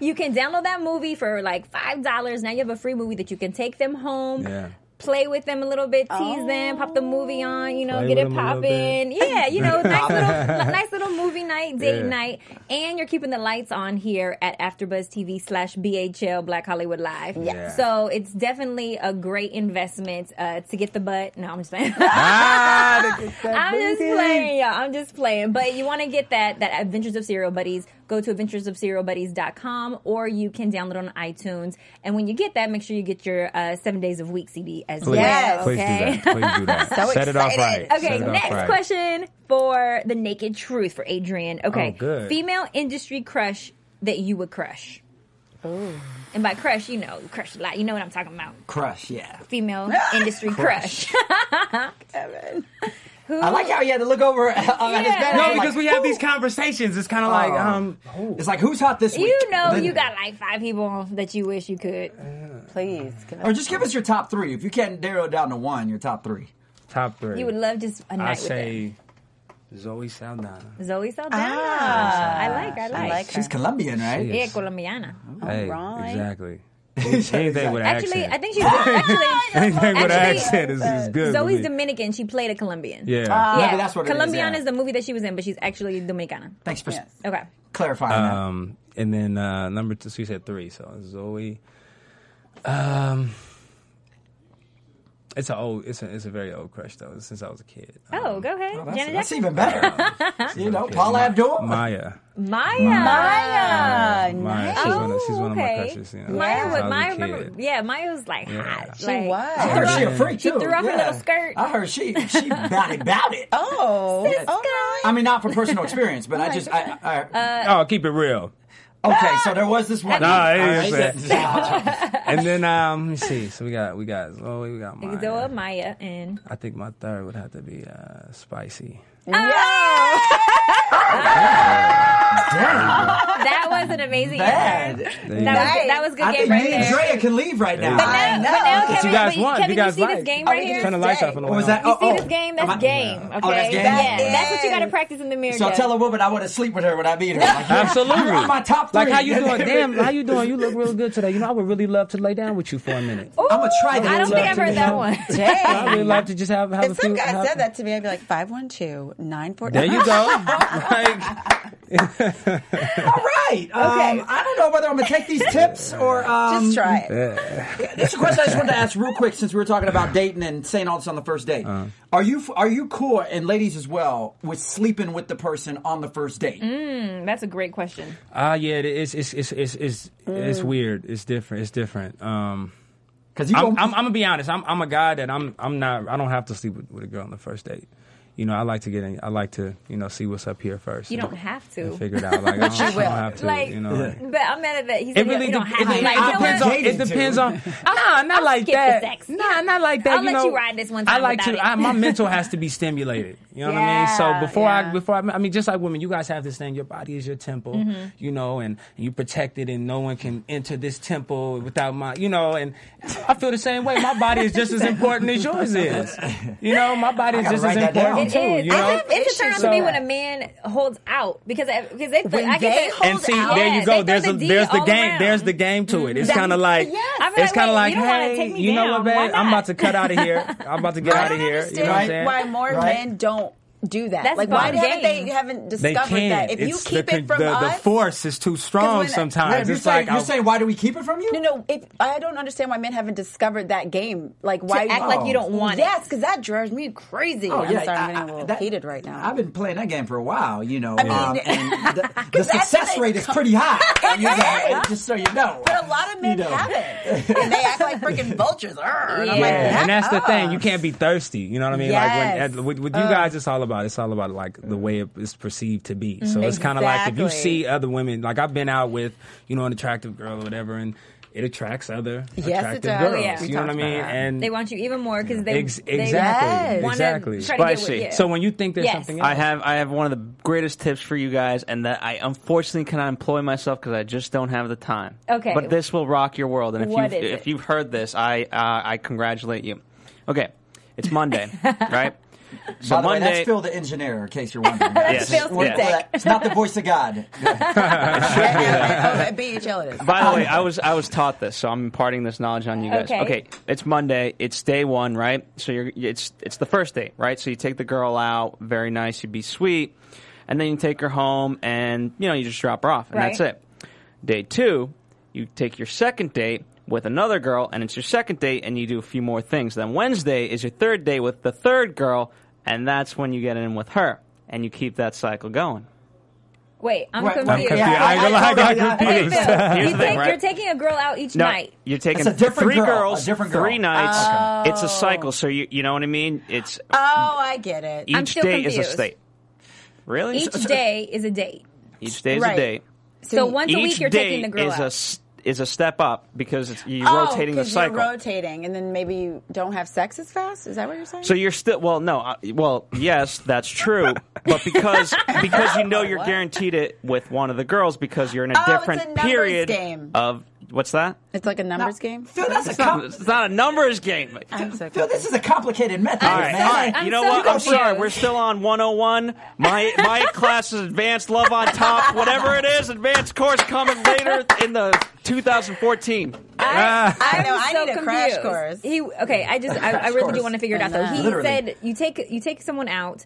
*laughs* you can download that movie for like five dollars. Now you have a free movie that you can take them home. Yeah. Play with them a little bit, tease them, pop the movie on, you know, Play get with it them a little bit. popping. Yeah, you *laughs* know, nice little, nice little movie night, date Yeah. night, and you're keeping the lights on here at AfterBuzz TV slash BHL Black Hollywood Live. Yeah. So it's definitely a great investment uh, to get the butt. No, I'm just *laughs* playing. *laughs* Ah, to get that I'm just booty. playing, y'all. I'm just playing. But you want to get that that Adventures of Serial Buddies, go to adventuresofserialbuddies.com or you can download on iTunes. And when you get that, make sure you get your uh, Seven Days of Week CD as Please, Yes, well. please Okay. do that. Please *laughs* do that. So Set it off right. excited. Set Okay, it off next right. question for the naked truth for Adrian. Okay. Oh, good. Female industry crush that you would crush. And by crush, you know, crush a lot. You know what I'm talking about. Crush, yeah. Female industry crush. *laughs* Kevin. Who, I like how he had to look over uh, at his Yeah. banner. No, like, because we have these conversations. It's kind of like, um, It's like who's hot this week? you know Then- you got like five people that you wish you could. Please. Give us Or just give us your top three. If you can't narrow it down to one, your top three. top three. You would love just a night I with them. say Zoe Saldana. Zoe Saldana. Ah. I like, I like. like her. She's Colombian, right? Yeah, Colombiana. Hey, right. exactly. Anything with an Actually, I accent. think she's actually *laughs* Anything with an actually, accent is, is good. for Zoe's Uh, me. Dominican. She played a Colombian. Yeah. Yeah, Maybe that's what it is, Colombiana yeah. is the movie that she was in, but she's actually Dominicana. Thanks for Yes. Okay. clarifying that. um, and then uh, number two, so you said three. So Zoe. Um, It's a old. It's a it's a very old crush though. Since I was a kid. Um, Oh, go ahead. Oh, that's, Janet that's Jackson. even *laughs* better. you know, Paula Abdul. Maya. Maya. Maya. Maya. Nice. She's one of, Oh, she's one of my okay. crushes. You know, Maya, since was, I was a Maya, kid. remember, yeah, Maya was like Yeah. hot. She like, I was. heard she a freak She too. threw off her yeah. little skirt. I heard she she about it, about it. Oh, all right. I mean, not from *laughs* personal experience, but I just I, I, Uh, Oh, keep it real. okay. So there was this one. Nah, it All is right. And then um, let me see. So we got we got Zoe. We got Maya. Zoa, Maya, and I think my third would have to be uh, spicy. Damn, *laughs* that was an amazing bad. answer. There you That go. was, that was a good I game think right me there. and Drea can leave right now. But now, but now Kevin, you guys but want, Kevin, you guys you see this like. game Oh, right we here? can Turn the lights Dang. off on the What was way that? home. You Oh, see oh. this game? Am I- That's game. Okay. Oh, that's Yeah, game? That that's what you is. got to practice in the mirror. So Jeff. tell a woman I want to sleep with her when I meet her. Like, you're- Absolutely. You're on my top three. Like how *laughs* *laughs* you doing? Damn, how you doing? You look real good today. You know, I would really love to lay down with you for a minute. Oh, I'm gonna try that. I don't think I've heard that one. I Dang. would love to just have, have a If few. some guy have- said that to me, I'd be like, 512 949. *laughs* There you go. like, All right. Okay. Um, I don't know whether I'm gonna take these tips or *laughs* um, Just try it. It's a question I just wanted to ask real quick since we were talking about dating and saying all this on the first date. Uh-huh. Are you are you cool and ladies as well with sleeping with the person on the first date? Mm-hmm. That's a great question. ah, yeah, it- it's it's it's it's it's, it's Mm. weird. It's different. It's different. Um, Because you I'm, don't- I'm, I'm gonna be honest. I'm, I'm a guy that I'm, I'm not. I don't have to sleep with, with a girl on the first date. You know, I like to get in. I like to, you know, see what's up here first. You and- don't have to. and figure it *laughs* out. Like I don't, I don't will. have to. Like, you know, like- but I'm mad at that. He said It really you don't de- have it, to. Like, you know depends what? on. Dating It too. *laughs* depends on. I'll- Nah, not I'll like skip the that. sex. Nah, not like that. I'll you let know, you ride this one I time like to. without it. I, *laughs* my mental has to be stimulated. You know what I mean? Yeah, So before yeah. I before I, I mean, just like women, you guys have this thing. Your body is your temple. Mm-hmm. You know, and, and you protect it, and no one can enter this temple without my. You know, and I feel the same way. My body is just as important as yours is. You know, my body is gotta just as write that down. important It too. is. You know. I have, it's a turn on to So- me when a man holds out because I, because they, When I they get hold and see, out. there you Yes, go. they throw There's the the, D there's the all game. around. There's the game to it. It's That- kind of like yes. I'm it's like, kind wait, of like you don't wanna hey, take me you know down. what, babe? Why I'm about not? to cut out of *laughs* here. I'm about to get I out don't of here. You know understand what I'm saying? why more Right. men don't do that. That's like, why bottom haven't game. they haven't They discovered can't. that? If you It's keep the, it from the, the us, force is too strong when- Wait, sometimes. you're, it's saying, like you're I'll- saying why do we keep it from you? no, no. If I don't understand why men haven't discovered that game, like why act like you don't want it. Yes, because that drives me crazy. Oh, I'm yeah, sorry, I- I'm getting I- a little that- heated right now. I've been playing that game for a while, you know. mean, *laughs* um, and the, the 'cause that's success the rate is pretty *laughs* high. You know, is. just so you know. but a lot of men You know. haven't, and they act like freaking vultures. Arr, and I'm Yeah. like, Yeah, and that's the "Nuh-uh." thing. You can't be thirsty. You know what I mean? Yes. Like when, at, with, with you guys, it's all about it's all about like the way it is perceived to be. So it's kind of like if you Exactly. see other women, like I've been out with, you know, an attractive girl or whatever, and it attracts other Yes, it attractive does. girls. Yeah. We You know what I talked mean? about that. And They want you even more because they Ex- they exactly, wanna exactly. Try to get Spicy. with you. So when you think there's Yes. something else, I have I have one of the greatest tips for you guys, and that I unfortunately cannot employ myself because I just don't have the time. Okay. but this will rock your world, and if What you've, is it? if you've heard this, I uh, I congratulate you. Okay, it's *laughs* Monday, right? So By the way, Monday, that's Phil the engineer, in case you're wondering. *laughs* That's Phil's We're- mistake. we're- It's not the voice of God. Yeah, yeah, yeah. Oh, at BHL it is. By the way, I was I was taught this, so I'm imparting this knowledge on you guys. Um, Okay. Okay, it's Monday. It's day one, right? So you're it's it's the first date, right? So you take the girl out, very nice, you be sweet, and then you take her home, and you know you just drop her off, and that's Right. it. Day two, you take your second date with another girl, and it's your second date, and you do a few more things. Then Wednesday is your third date with the third girl, and that's when you get in with her, and you keep that cycle going. wait, I'm Wait, wait, confused. confused. I ain't gonna lie, I got Yeah. Wait, *laughs* confused. Phil, Here's you the thing, take, right? you're taking a girl out each No, night. you're taking It's a different three girl, girls, a different girl. three nights. Okay. It's a cycle, so you you know what I mean. It's Oh, I get it. I'm each still day is a confused. state. Really, Each day is a date. each day is Right. a date. So you- once a each week, you're day taking the girl is a out. s- is a step up because it's, you're Oh, rotating the 'cause you're cycle. rotating, and then maybe you don't have sex as fast. Is that what you're saying? so you're still well, no, uh, well, yes, that's true, but because because you know you're What? guaranteed it with one of the girls because you're in a Oh, it's different a numbers period game. of what's that? it's like a numbers game. Phil, that's a It's not, com- it's not a numbers game. I'm so Phil, this is a complicated method, All right, man. all right. I'm you know so what? I'm sorry. confused. We're still on 101. My *laughs* my class is advanced love on top. Whatever it is, advanced course coming later in the 2014. Ah. *laughs* I know. I so need a confused. crash course. He okay. I just I, I really course. do want to figure it out though. He Literally. said you take you take someone out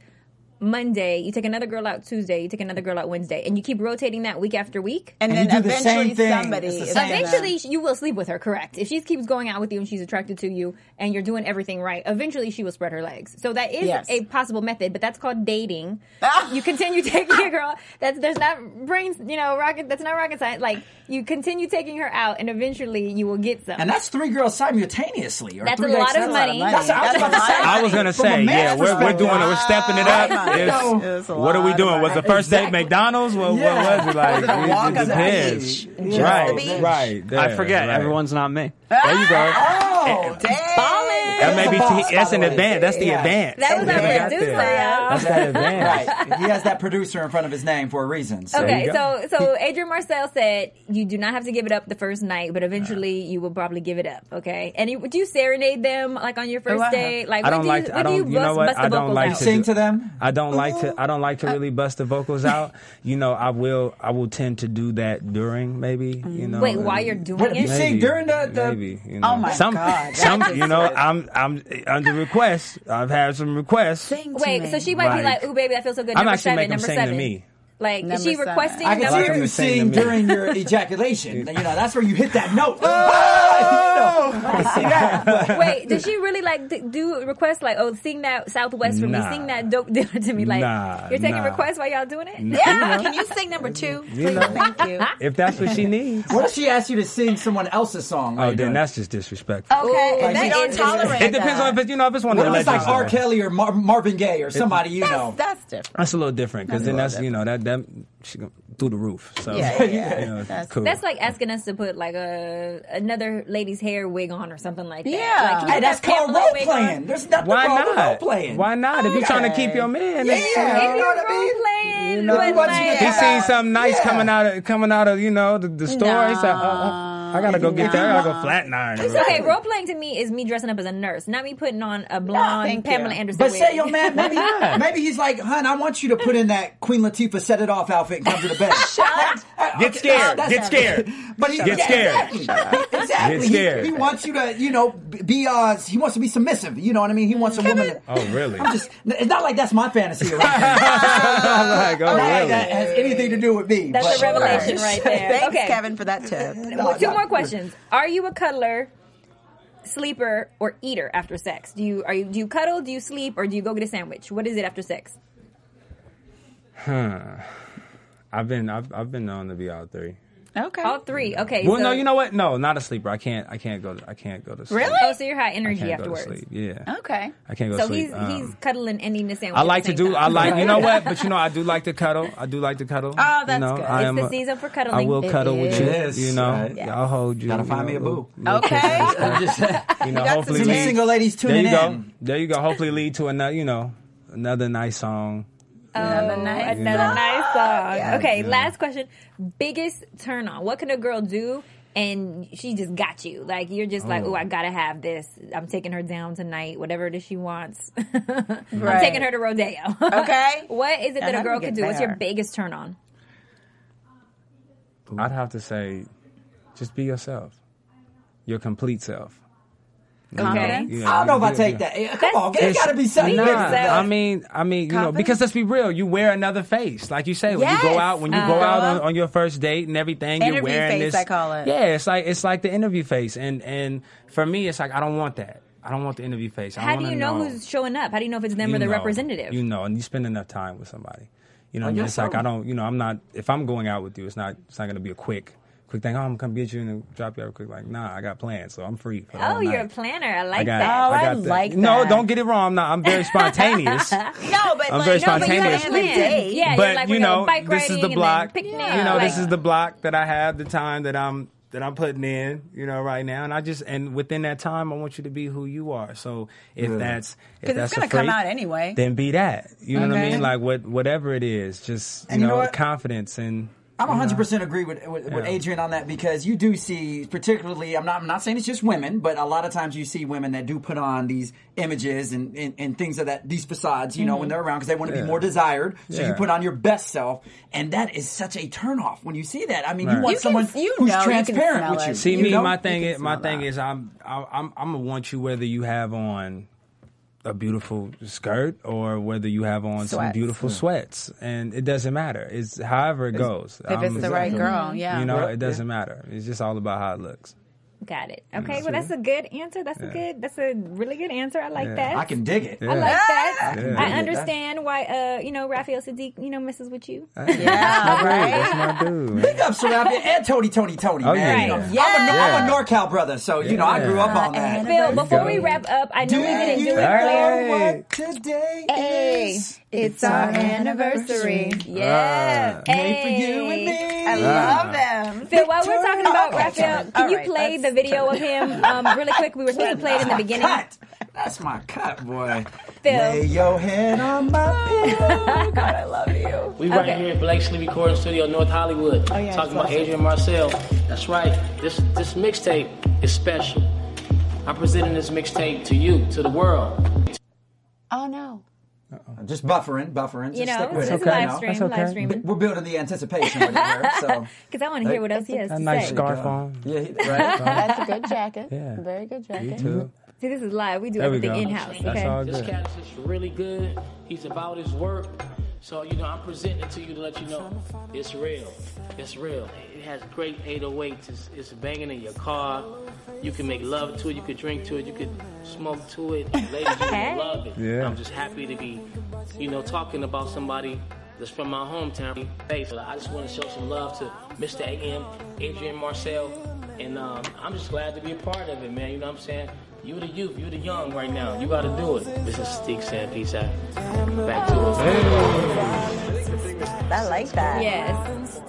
Monday, you take another girl out Tuesday, you take another girl out Wednesday, and you keep rotating that week after week. And, And you then do the same eventually thing. somebody It's the is same. gonna- Eventually, you will sleep with her, correct? If she keeps going out with you and she's attracted to you and you're doing everything right, eventually she will spread her legs. So that is Yes. a possible method, but that's called dating. Ah. you *laughs* continue taking a girl. That's there's not brains, you know, rocket. That's not rocket science. Like you continue taking her out, and eventually you will get some. And that's three girls simultaneously. Or That's a three lot guys- of that's money. *laughs* That's what I was about to say. I *laughs* was gonna From a say, man's yeah, we're, we're perspective. doing it. We're stepping it Wow. up. It's- It's a what are we lot doing? of Was the money. first date McDonald's? What, Yeah. what was it like? Was it a walk on the depends. beach? Just Right, the beach? right. I there, forget. right. Everyone's not me. There you go. Oh, That may That's be. the boss, T- that's by an the way. advance. That's the Yeah. advance. That was We our never got producer, there. y'all. That's that advance. right. He has that producer in front of his name for a reason. So. There Okay, you so go. so Adrian Marcel said you do not have to give it up the first night, but eventually you will probably give it up. Okay, and you, would you serenade them like on your first Oh, I have. date? Like I when don't do you, like to- when I do you don't- bust, you know what? bust the I don't vocals like out? to Sing to them. I don't like to. I don't like to really bust the vocals out. You know, I will. I will tend to do that during maybe. You know, Wait, uh, while you're doing What- it, you see- sing during the- the- maybe, you know. Oh my some, God, that Some, is you know, I'm I'm under request. I've had some requests. wait, so she might be like, Like- "Ooh, baby, that feels so good." I'm Number actually seven, making them number sing seven. to me. Like is Number she seven. requesting I can number see him you to sing to sing me. Oh! during *laughs* your ejaculation. you know, that's where you hit that note. Ah, you know, I see that. But Wait, does she really like d- do requests like, "Oh, sing that Southwest for Nah. me, sing that dope *laughs* dinner to me"? Like Nah, you're taking nah. requests while y'all doing it? *laughs* Yeah, can you sing number two? You know. *laughs* Thank you. If that's what she needs. what if she asks you to sing someone else's song? while Oh, you're then doing that's just disrespectful. Okay, Ooh, and like, we don't it- tolerate It depends on if it's you know if it's one it? What of the if it's like legends. R. Kelly or Mar- Marvin Gaye or somebody you know? that's, that's different. That's a little different because then that's you know that that she go through the roof. So Yeah, yeah, yeah. *laughs* you know, That's- cool. That's like asking us to put like a another lady's hair wig on or something like that. Yeah. like, can you Hey, put that's that called Pamela role wig playing. on? There's nothing Why wrong with role not? playing. Why not? If you're trying to keep your man, Yeah, it's- you know what I Role mean? playing, You know, but once you like- get he Yeah. sees something nice Yeah. coming out of coming out of you know the, the store. He's like, oh, oh, I gotta go get that. I gotta go flatten iron. it real *laughs* okay, quick. role playing to me is me dressing up as a nurse, not me putting on a blonde thank Pamela you. Anderson But wig. say your man, maybe, *laughs* maybe he's like, "Hun, I want you to put in that Queen Latifah set it off outfit and come to the *laughs* bed." Uh, Get scared. Get scared. But he, Get yeah, scared. Exactly. exactly. Get He- scared. He, wants you to, you know, b- be uh, he wants to be submissive. You know what I mean? He wants a woman. To, Oh really? *laughs* I'm just. *laughs* It's not like that's my fantasy. Right? I'm like, oh Not like really? that has anything to do with me. That's but- a revelation right there. Thanks, okay, Kevin, for that tip. Well, two more questions. Are you a cuddler, sleeper, or eater after sex? Do you are you do you cuddle, do you sleep, or do you go get a sandwich? What is it after sex? I've been I've, I've been known to be all three. Okay. All three. Okay. Well, so- no, you know what? No, not a sleeper. I can't I can't go to, I can't go to sleep. Really? Oh, so you're high I energy can't go to afterwards. sleep. Yeah. Okay. I can't go to So sleep. he's Um, he's cuddling and eating a sandwich. I at the like to same do. time. I like. You know what? But you know, I do like to cuddle. I do like to cuddle. Oh, that's you know, good. I It's am the a- season for I cuddling. will It cuddle with you. is. You know, Right. I'll hold you. Gotta you find know, me a boo. little kiss Okay. and *laughs* stuff. I'm just- *laughs* you know, got some hopefully, tips. lead- Single ladies There you tuning go. in. There you go. Hopefully, lead to another. You know, another nice song. Another nice, you Oh, another know. nice song. okay, Yeah. last question. Biggest turn on. What can a girl do and she just got you? Like you're just like, oh, I gotta have this. I'm taking her down tonight. Whatever it is she wants. *laughs* I'm Right. taking her to rodeo. Okay. *laughs* what is it that how a do girl we can get do? What's your there? biggest turn on? I'd have to say, just be yourself. Your complete self. Okay. You I don't know if I you- take that. Eh, Come on, it gotta be something. Nah, big. I mean, I mean, you know, because let's be real. You wear another face, like you say, when you Yes. go out, when you Uh-huh. go out on, on your first date and everything. you're Interview wearing face, this, I call it. Yeah, it's like it's like the interview face, and and for me, it's like I don't want that. I don't want the interview face. I How do wanna you know, who's showing up? How do you know if it's them you or the know, representative? You know, and you spend enough time with somebody. You know, what I yeah, mean? it's like so- I don't. You know, I'm not. If I'm going out with you, it's not. It's not going to be a quick, quick thing. Oh, I'm gonna come get you and then drop you out real quick. Like, nah, I got plans, so I'm free. For the Oh, whole you're a night. planner. I I like got, that. Oh, I got the- like No, that. don't get it wrong. I'm not. I'm very spontaneous. No, but I'm like, very no, but you spontaneous. gotta have a date. Yeah, but you're like, you we're gonna know, bike this is riding the and then block. picnic. You know, Like- this is the block that I have, the time that I'm that I'm putting in. You know, right now, and I just and within that time, I want you to be who you are. So if that's 'Cause if it's that's gonna a freak, come out anyway. then be that. You know what I Okay. mean? Like what whatever it is, just you, And you know know, what? confidence and. I'm 100 percent agree with with, with Adrian on that because you do see, particularly, I'm not I'm not saying it's just women, but a lot of times you see women that do put on these images and and, and things of that these facades, you know, Mm-hmm. when they're around because they want to be more desired. So you Yeah. put on your best self, and that is such a turnoff when you see that. I mean, you Right. want You can- someone you who's know, you can transparent smell with you. it. See you me, know? my thing. Is, my smell thing that. is, I'm, I- I'm, I'm gonna want you whether you have on a beautiful skirt or whether you have on some Sweats. Hmm. beautiful sweats, and it doesn't matter. It's however it goes. If it's I'm- the right girl, yeah. you know, Right, it doesn't matter. It's just all about how *laughs* it looks. Got it. Okay, well that's a good answer. That's a good. That's a really good answer. I like that. I can dig it. I like that. Yeah. I understand why. Uh, you know, Raphael Sadiq, you know, messes with you. yeah, That's my *laughs* dude. Big up Sarabia and Tony, Tony, Tony, Oh, man. yeah. You know, Right. I'm, a, I'm a NorCal brother, so you know I grew up on that. Phil, before we wrap up, I know we didn't do it. Hey. Phil. what today is? it's our anniversary. Yeah. Made for you and me. I love *laughs* them. Phil, while we're talking about Okay, Raphael, Charlie. can All you right, play the that's- video of him um, really quick? We were supposed to play it in the beginning. Cut. That's my cut, boy. *laughs* Phil. Lay your head *laughs* on my pillow. God, I love you. We right Okay. Oh, here at Blakesley Recording Studio, North Hollywood. yeah, talking it's about Adrian Marcel. That's right. This this mixtape is special. I'm presenting this mixtape to you, to the world. Oh no. Just buffering, buffering. Just You know, stick it's with it. a you live know? stream, That's okay. live streaming. We're building the anticipation over here. *laughs* So Because I want to hear what else he has A to nice say. scarf on. yeah, he- right. That's a good jacket. *laughs* Yeah. Very good You jacket. too. See, this is live. We do There we everything go. in house. That's all Okay. good. This cat is just really good. He's about his work. So, you know, I'm presenting it to you to let you know it's real. It's real. It has great 808s. It's, it's banging in your car. You can make love to it. You could drink to it. You could smoke to it. Ladies, you Hey. will love it. Yeah. I'm just happy to be, you know, talking about somebody that's from my hometown. Hey, so I just want to show some love to Mr. AM, Adrian Marcel. And um, I'm just glad to be a part of it, man. You know what I'm saying? You the youth, you the young right now. You gotta do it. This is Stick saying peace out. Back to us. I like that. Yes.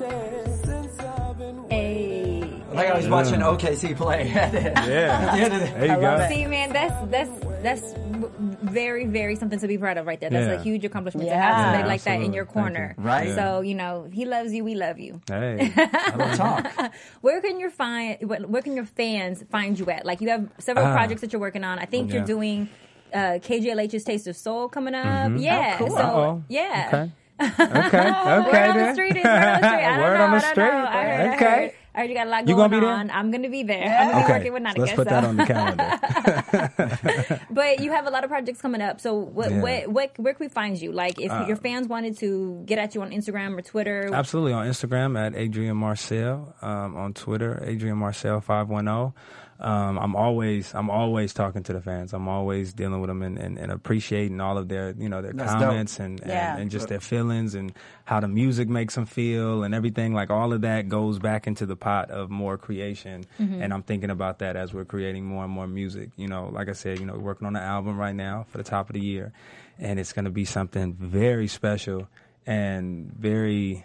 Hey. Like I was watching OKC play. *laughs* At the Yeah. end of the- There you go. See, man, that's that's that's w- very, very something to be proud of right there. That's Yeah. a huge accomplishment to Yeah. have somebody Yeah, like that in your absolutely. Thank corner. you. Right. So you know, he loves you. We love you. Hey. Real talk. Where can your find? wh- Where can your fans find you at? Like you have several Ah. projects that you're working on. I think you're Yeah. doing uh, KJLH's Taste of Soul coming up. Yeah. cool. *laughs* So Mm-hmm. Oh, Uh-oh. yeah. *laughs* Okay. Okay. Okay. Word on the then. street is word on the street. *laughs* I don't Word know. on the I street. don't know. I heard, okay. I heard. I heard you got a lot You going gonna be there? on. I'm going to be there. I'm going to be Okay. working with Nautica. Let's put so. that on *laughs* the calendar. But you have a lot of projects coming up. So what, Yeah. Uh, what, what, where can we find you? Like if your fans wanted to get at you on Instagram or Twitter, Absolutely on Instagram at Adrian Marcel, um, on Twitter Adrian Marcel five one zero. I'm always I'm always talking to the fans. I'm always dealing with them and, and, and appreciating all of their you know their That's dope. comments and, and, Yeah. and just their feelings and how the music makes them feel and everything. Like all of that goes back into the pot of more creation. Mm-hmm. And I'm thinking about that as we're creating more and more music. You know, like I said, you know, we're working on an album right now for the top of the year, and it's going to be something very special and very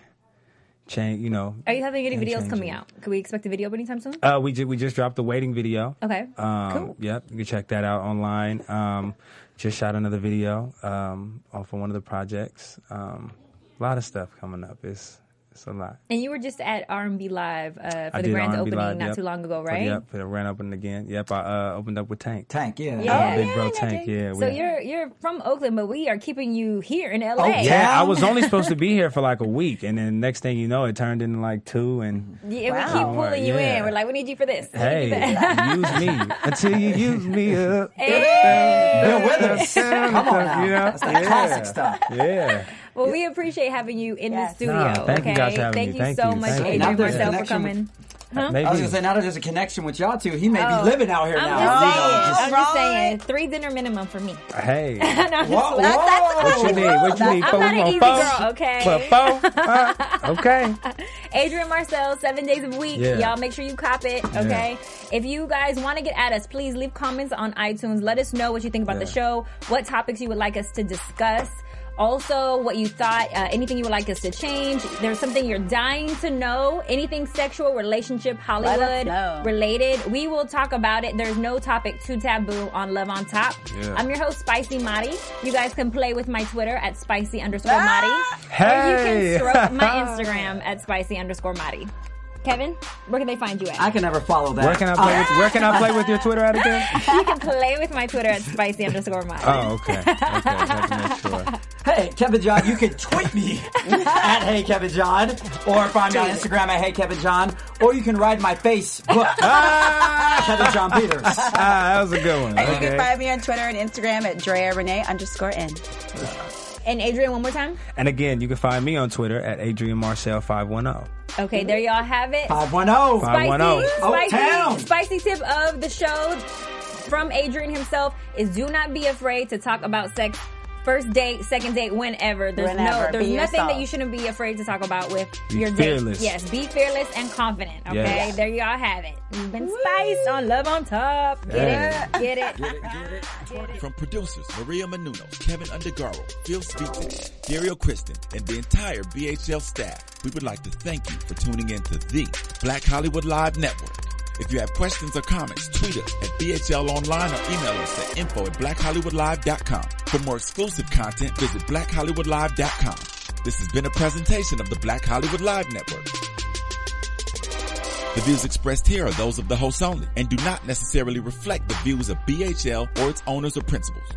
change. You know, are you having any and videos coming changing. out? Can we expect a video anytime soon? Uh, we ju- we just dropped the waiting video. Okay. Um, Cool. Yep, you can check that out online. Um, just shot another video um, off of one of the projects. Um, a lot of stuff coming up. It's it's a lot. And you were just at R&B Live uh, for the I did grand R&B opening Live, not yep. too long ago, For- right? Yep, for the grand opening again. Yep, I uh, opened up with Tank. Tank, yeah. Yeah. Uh, Big Bro Tank. Yeah. So we- you're you're from Oakland, but we are keeping you here in LA. Oh, Yeah, I was only supposed *laughs* to be here for like a week, and then next thing you know, it turned into like two. And Yeah, and Wow. we keep pulling you Yeah. in. We're like, we need you for this. We need you for hey, that. use me until you use me up. Hey. Bill Withers. Come on now. You know? That's the Yeah. classic stuff. Yeah. Well, we appreciate having you in Yes. the studio. Nah, thank okay, you guys for having thank me. you Thank so you. much, Thank you. Adrian Now there's a Marcel, for connection with- coming. Maybe. I was gonna say now that there's a connection with y'all two, he may Oh. be living out here I'm now. just You know, saying. *laughs* just- I'm just saying. Three dinner minimum for me. *laughs* Hey, Whoa, what you whoa. need? What you I'm need? not Four an more easy foes? girl, okay? Four, four? Huh? okay. Adrian Marcel, seven days a week. Yeah. Y'all make sure you cop it, okay? If you guys want to get at us, please leave comments on iTunes. Let us know what you think about the Yeah. show, what topics you would like us to discuss. Also, what you thought, uh, anything you would like us to change. There's something you're dying to know, anything sexual, relationship, us Hollywood know. related. We will talk about it. There's no topic too taboo on Love on Top. Yeah. I'm your host, Spicy Mari. You guys can play with my Twitter at Ah, spicy underscore Mari. Or you *laughs* can Hey. stroke my Instagram at spicy underscore Mari. Kevin, where can they find you at? I can never follow that. Where can I play? Uh, with, where can I play with your Twitter at again? *laughs* you can play with my Twitter at spicy underscore mod. Oh, okay. Okay, have to make sure. *laughs* Hey, Kevin John, you can tweet *laughs* me at Hey Kevin John, or find me on Instagram at Hey Kevin John, or you can ride my face *laughs* book, Kevin John Peters. Ah, that was a good one. And you can Okay. find me on Twitter and Instagram at Drea Renee underscore N. And Adrian, one more time. And again, you can find me on Twitter at Adrian Marcel five one oh. zero. Okay, there y'all have it. 510. Five- spicy, 510. Oh, spicy, Uptown. spicy tip of the show from Adrian himself is do not be afraid to talk about sex. First date, second date, whenever. There's no, Whenever. there's Be nothing that yourself. you shouldn't be afraid to talk about with Be your fearless. date. Yes, be fearless and confident. Okay, Yes. there y'all have it. You've been spiced on love on top. Get Yeah. it, get it. From producers Maria Menunos, Kevin Undergaro, Phil Svitek, Dario Kristen, and the entire BHL staff, we would like to thank you for tuning in to the Black Hollywood Live Network. If you have questions or comments, tweet us at BHL Online or email us at info at blackhollywoodlive.com. For more exclusive content, visit blackhollywoodlive.com. This has been a presentation of the Black Hollywood Live Network. The views expressed here are those of the hosts only and do not necessarily reflect the views of BHL or its owners or principals.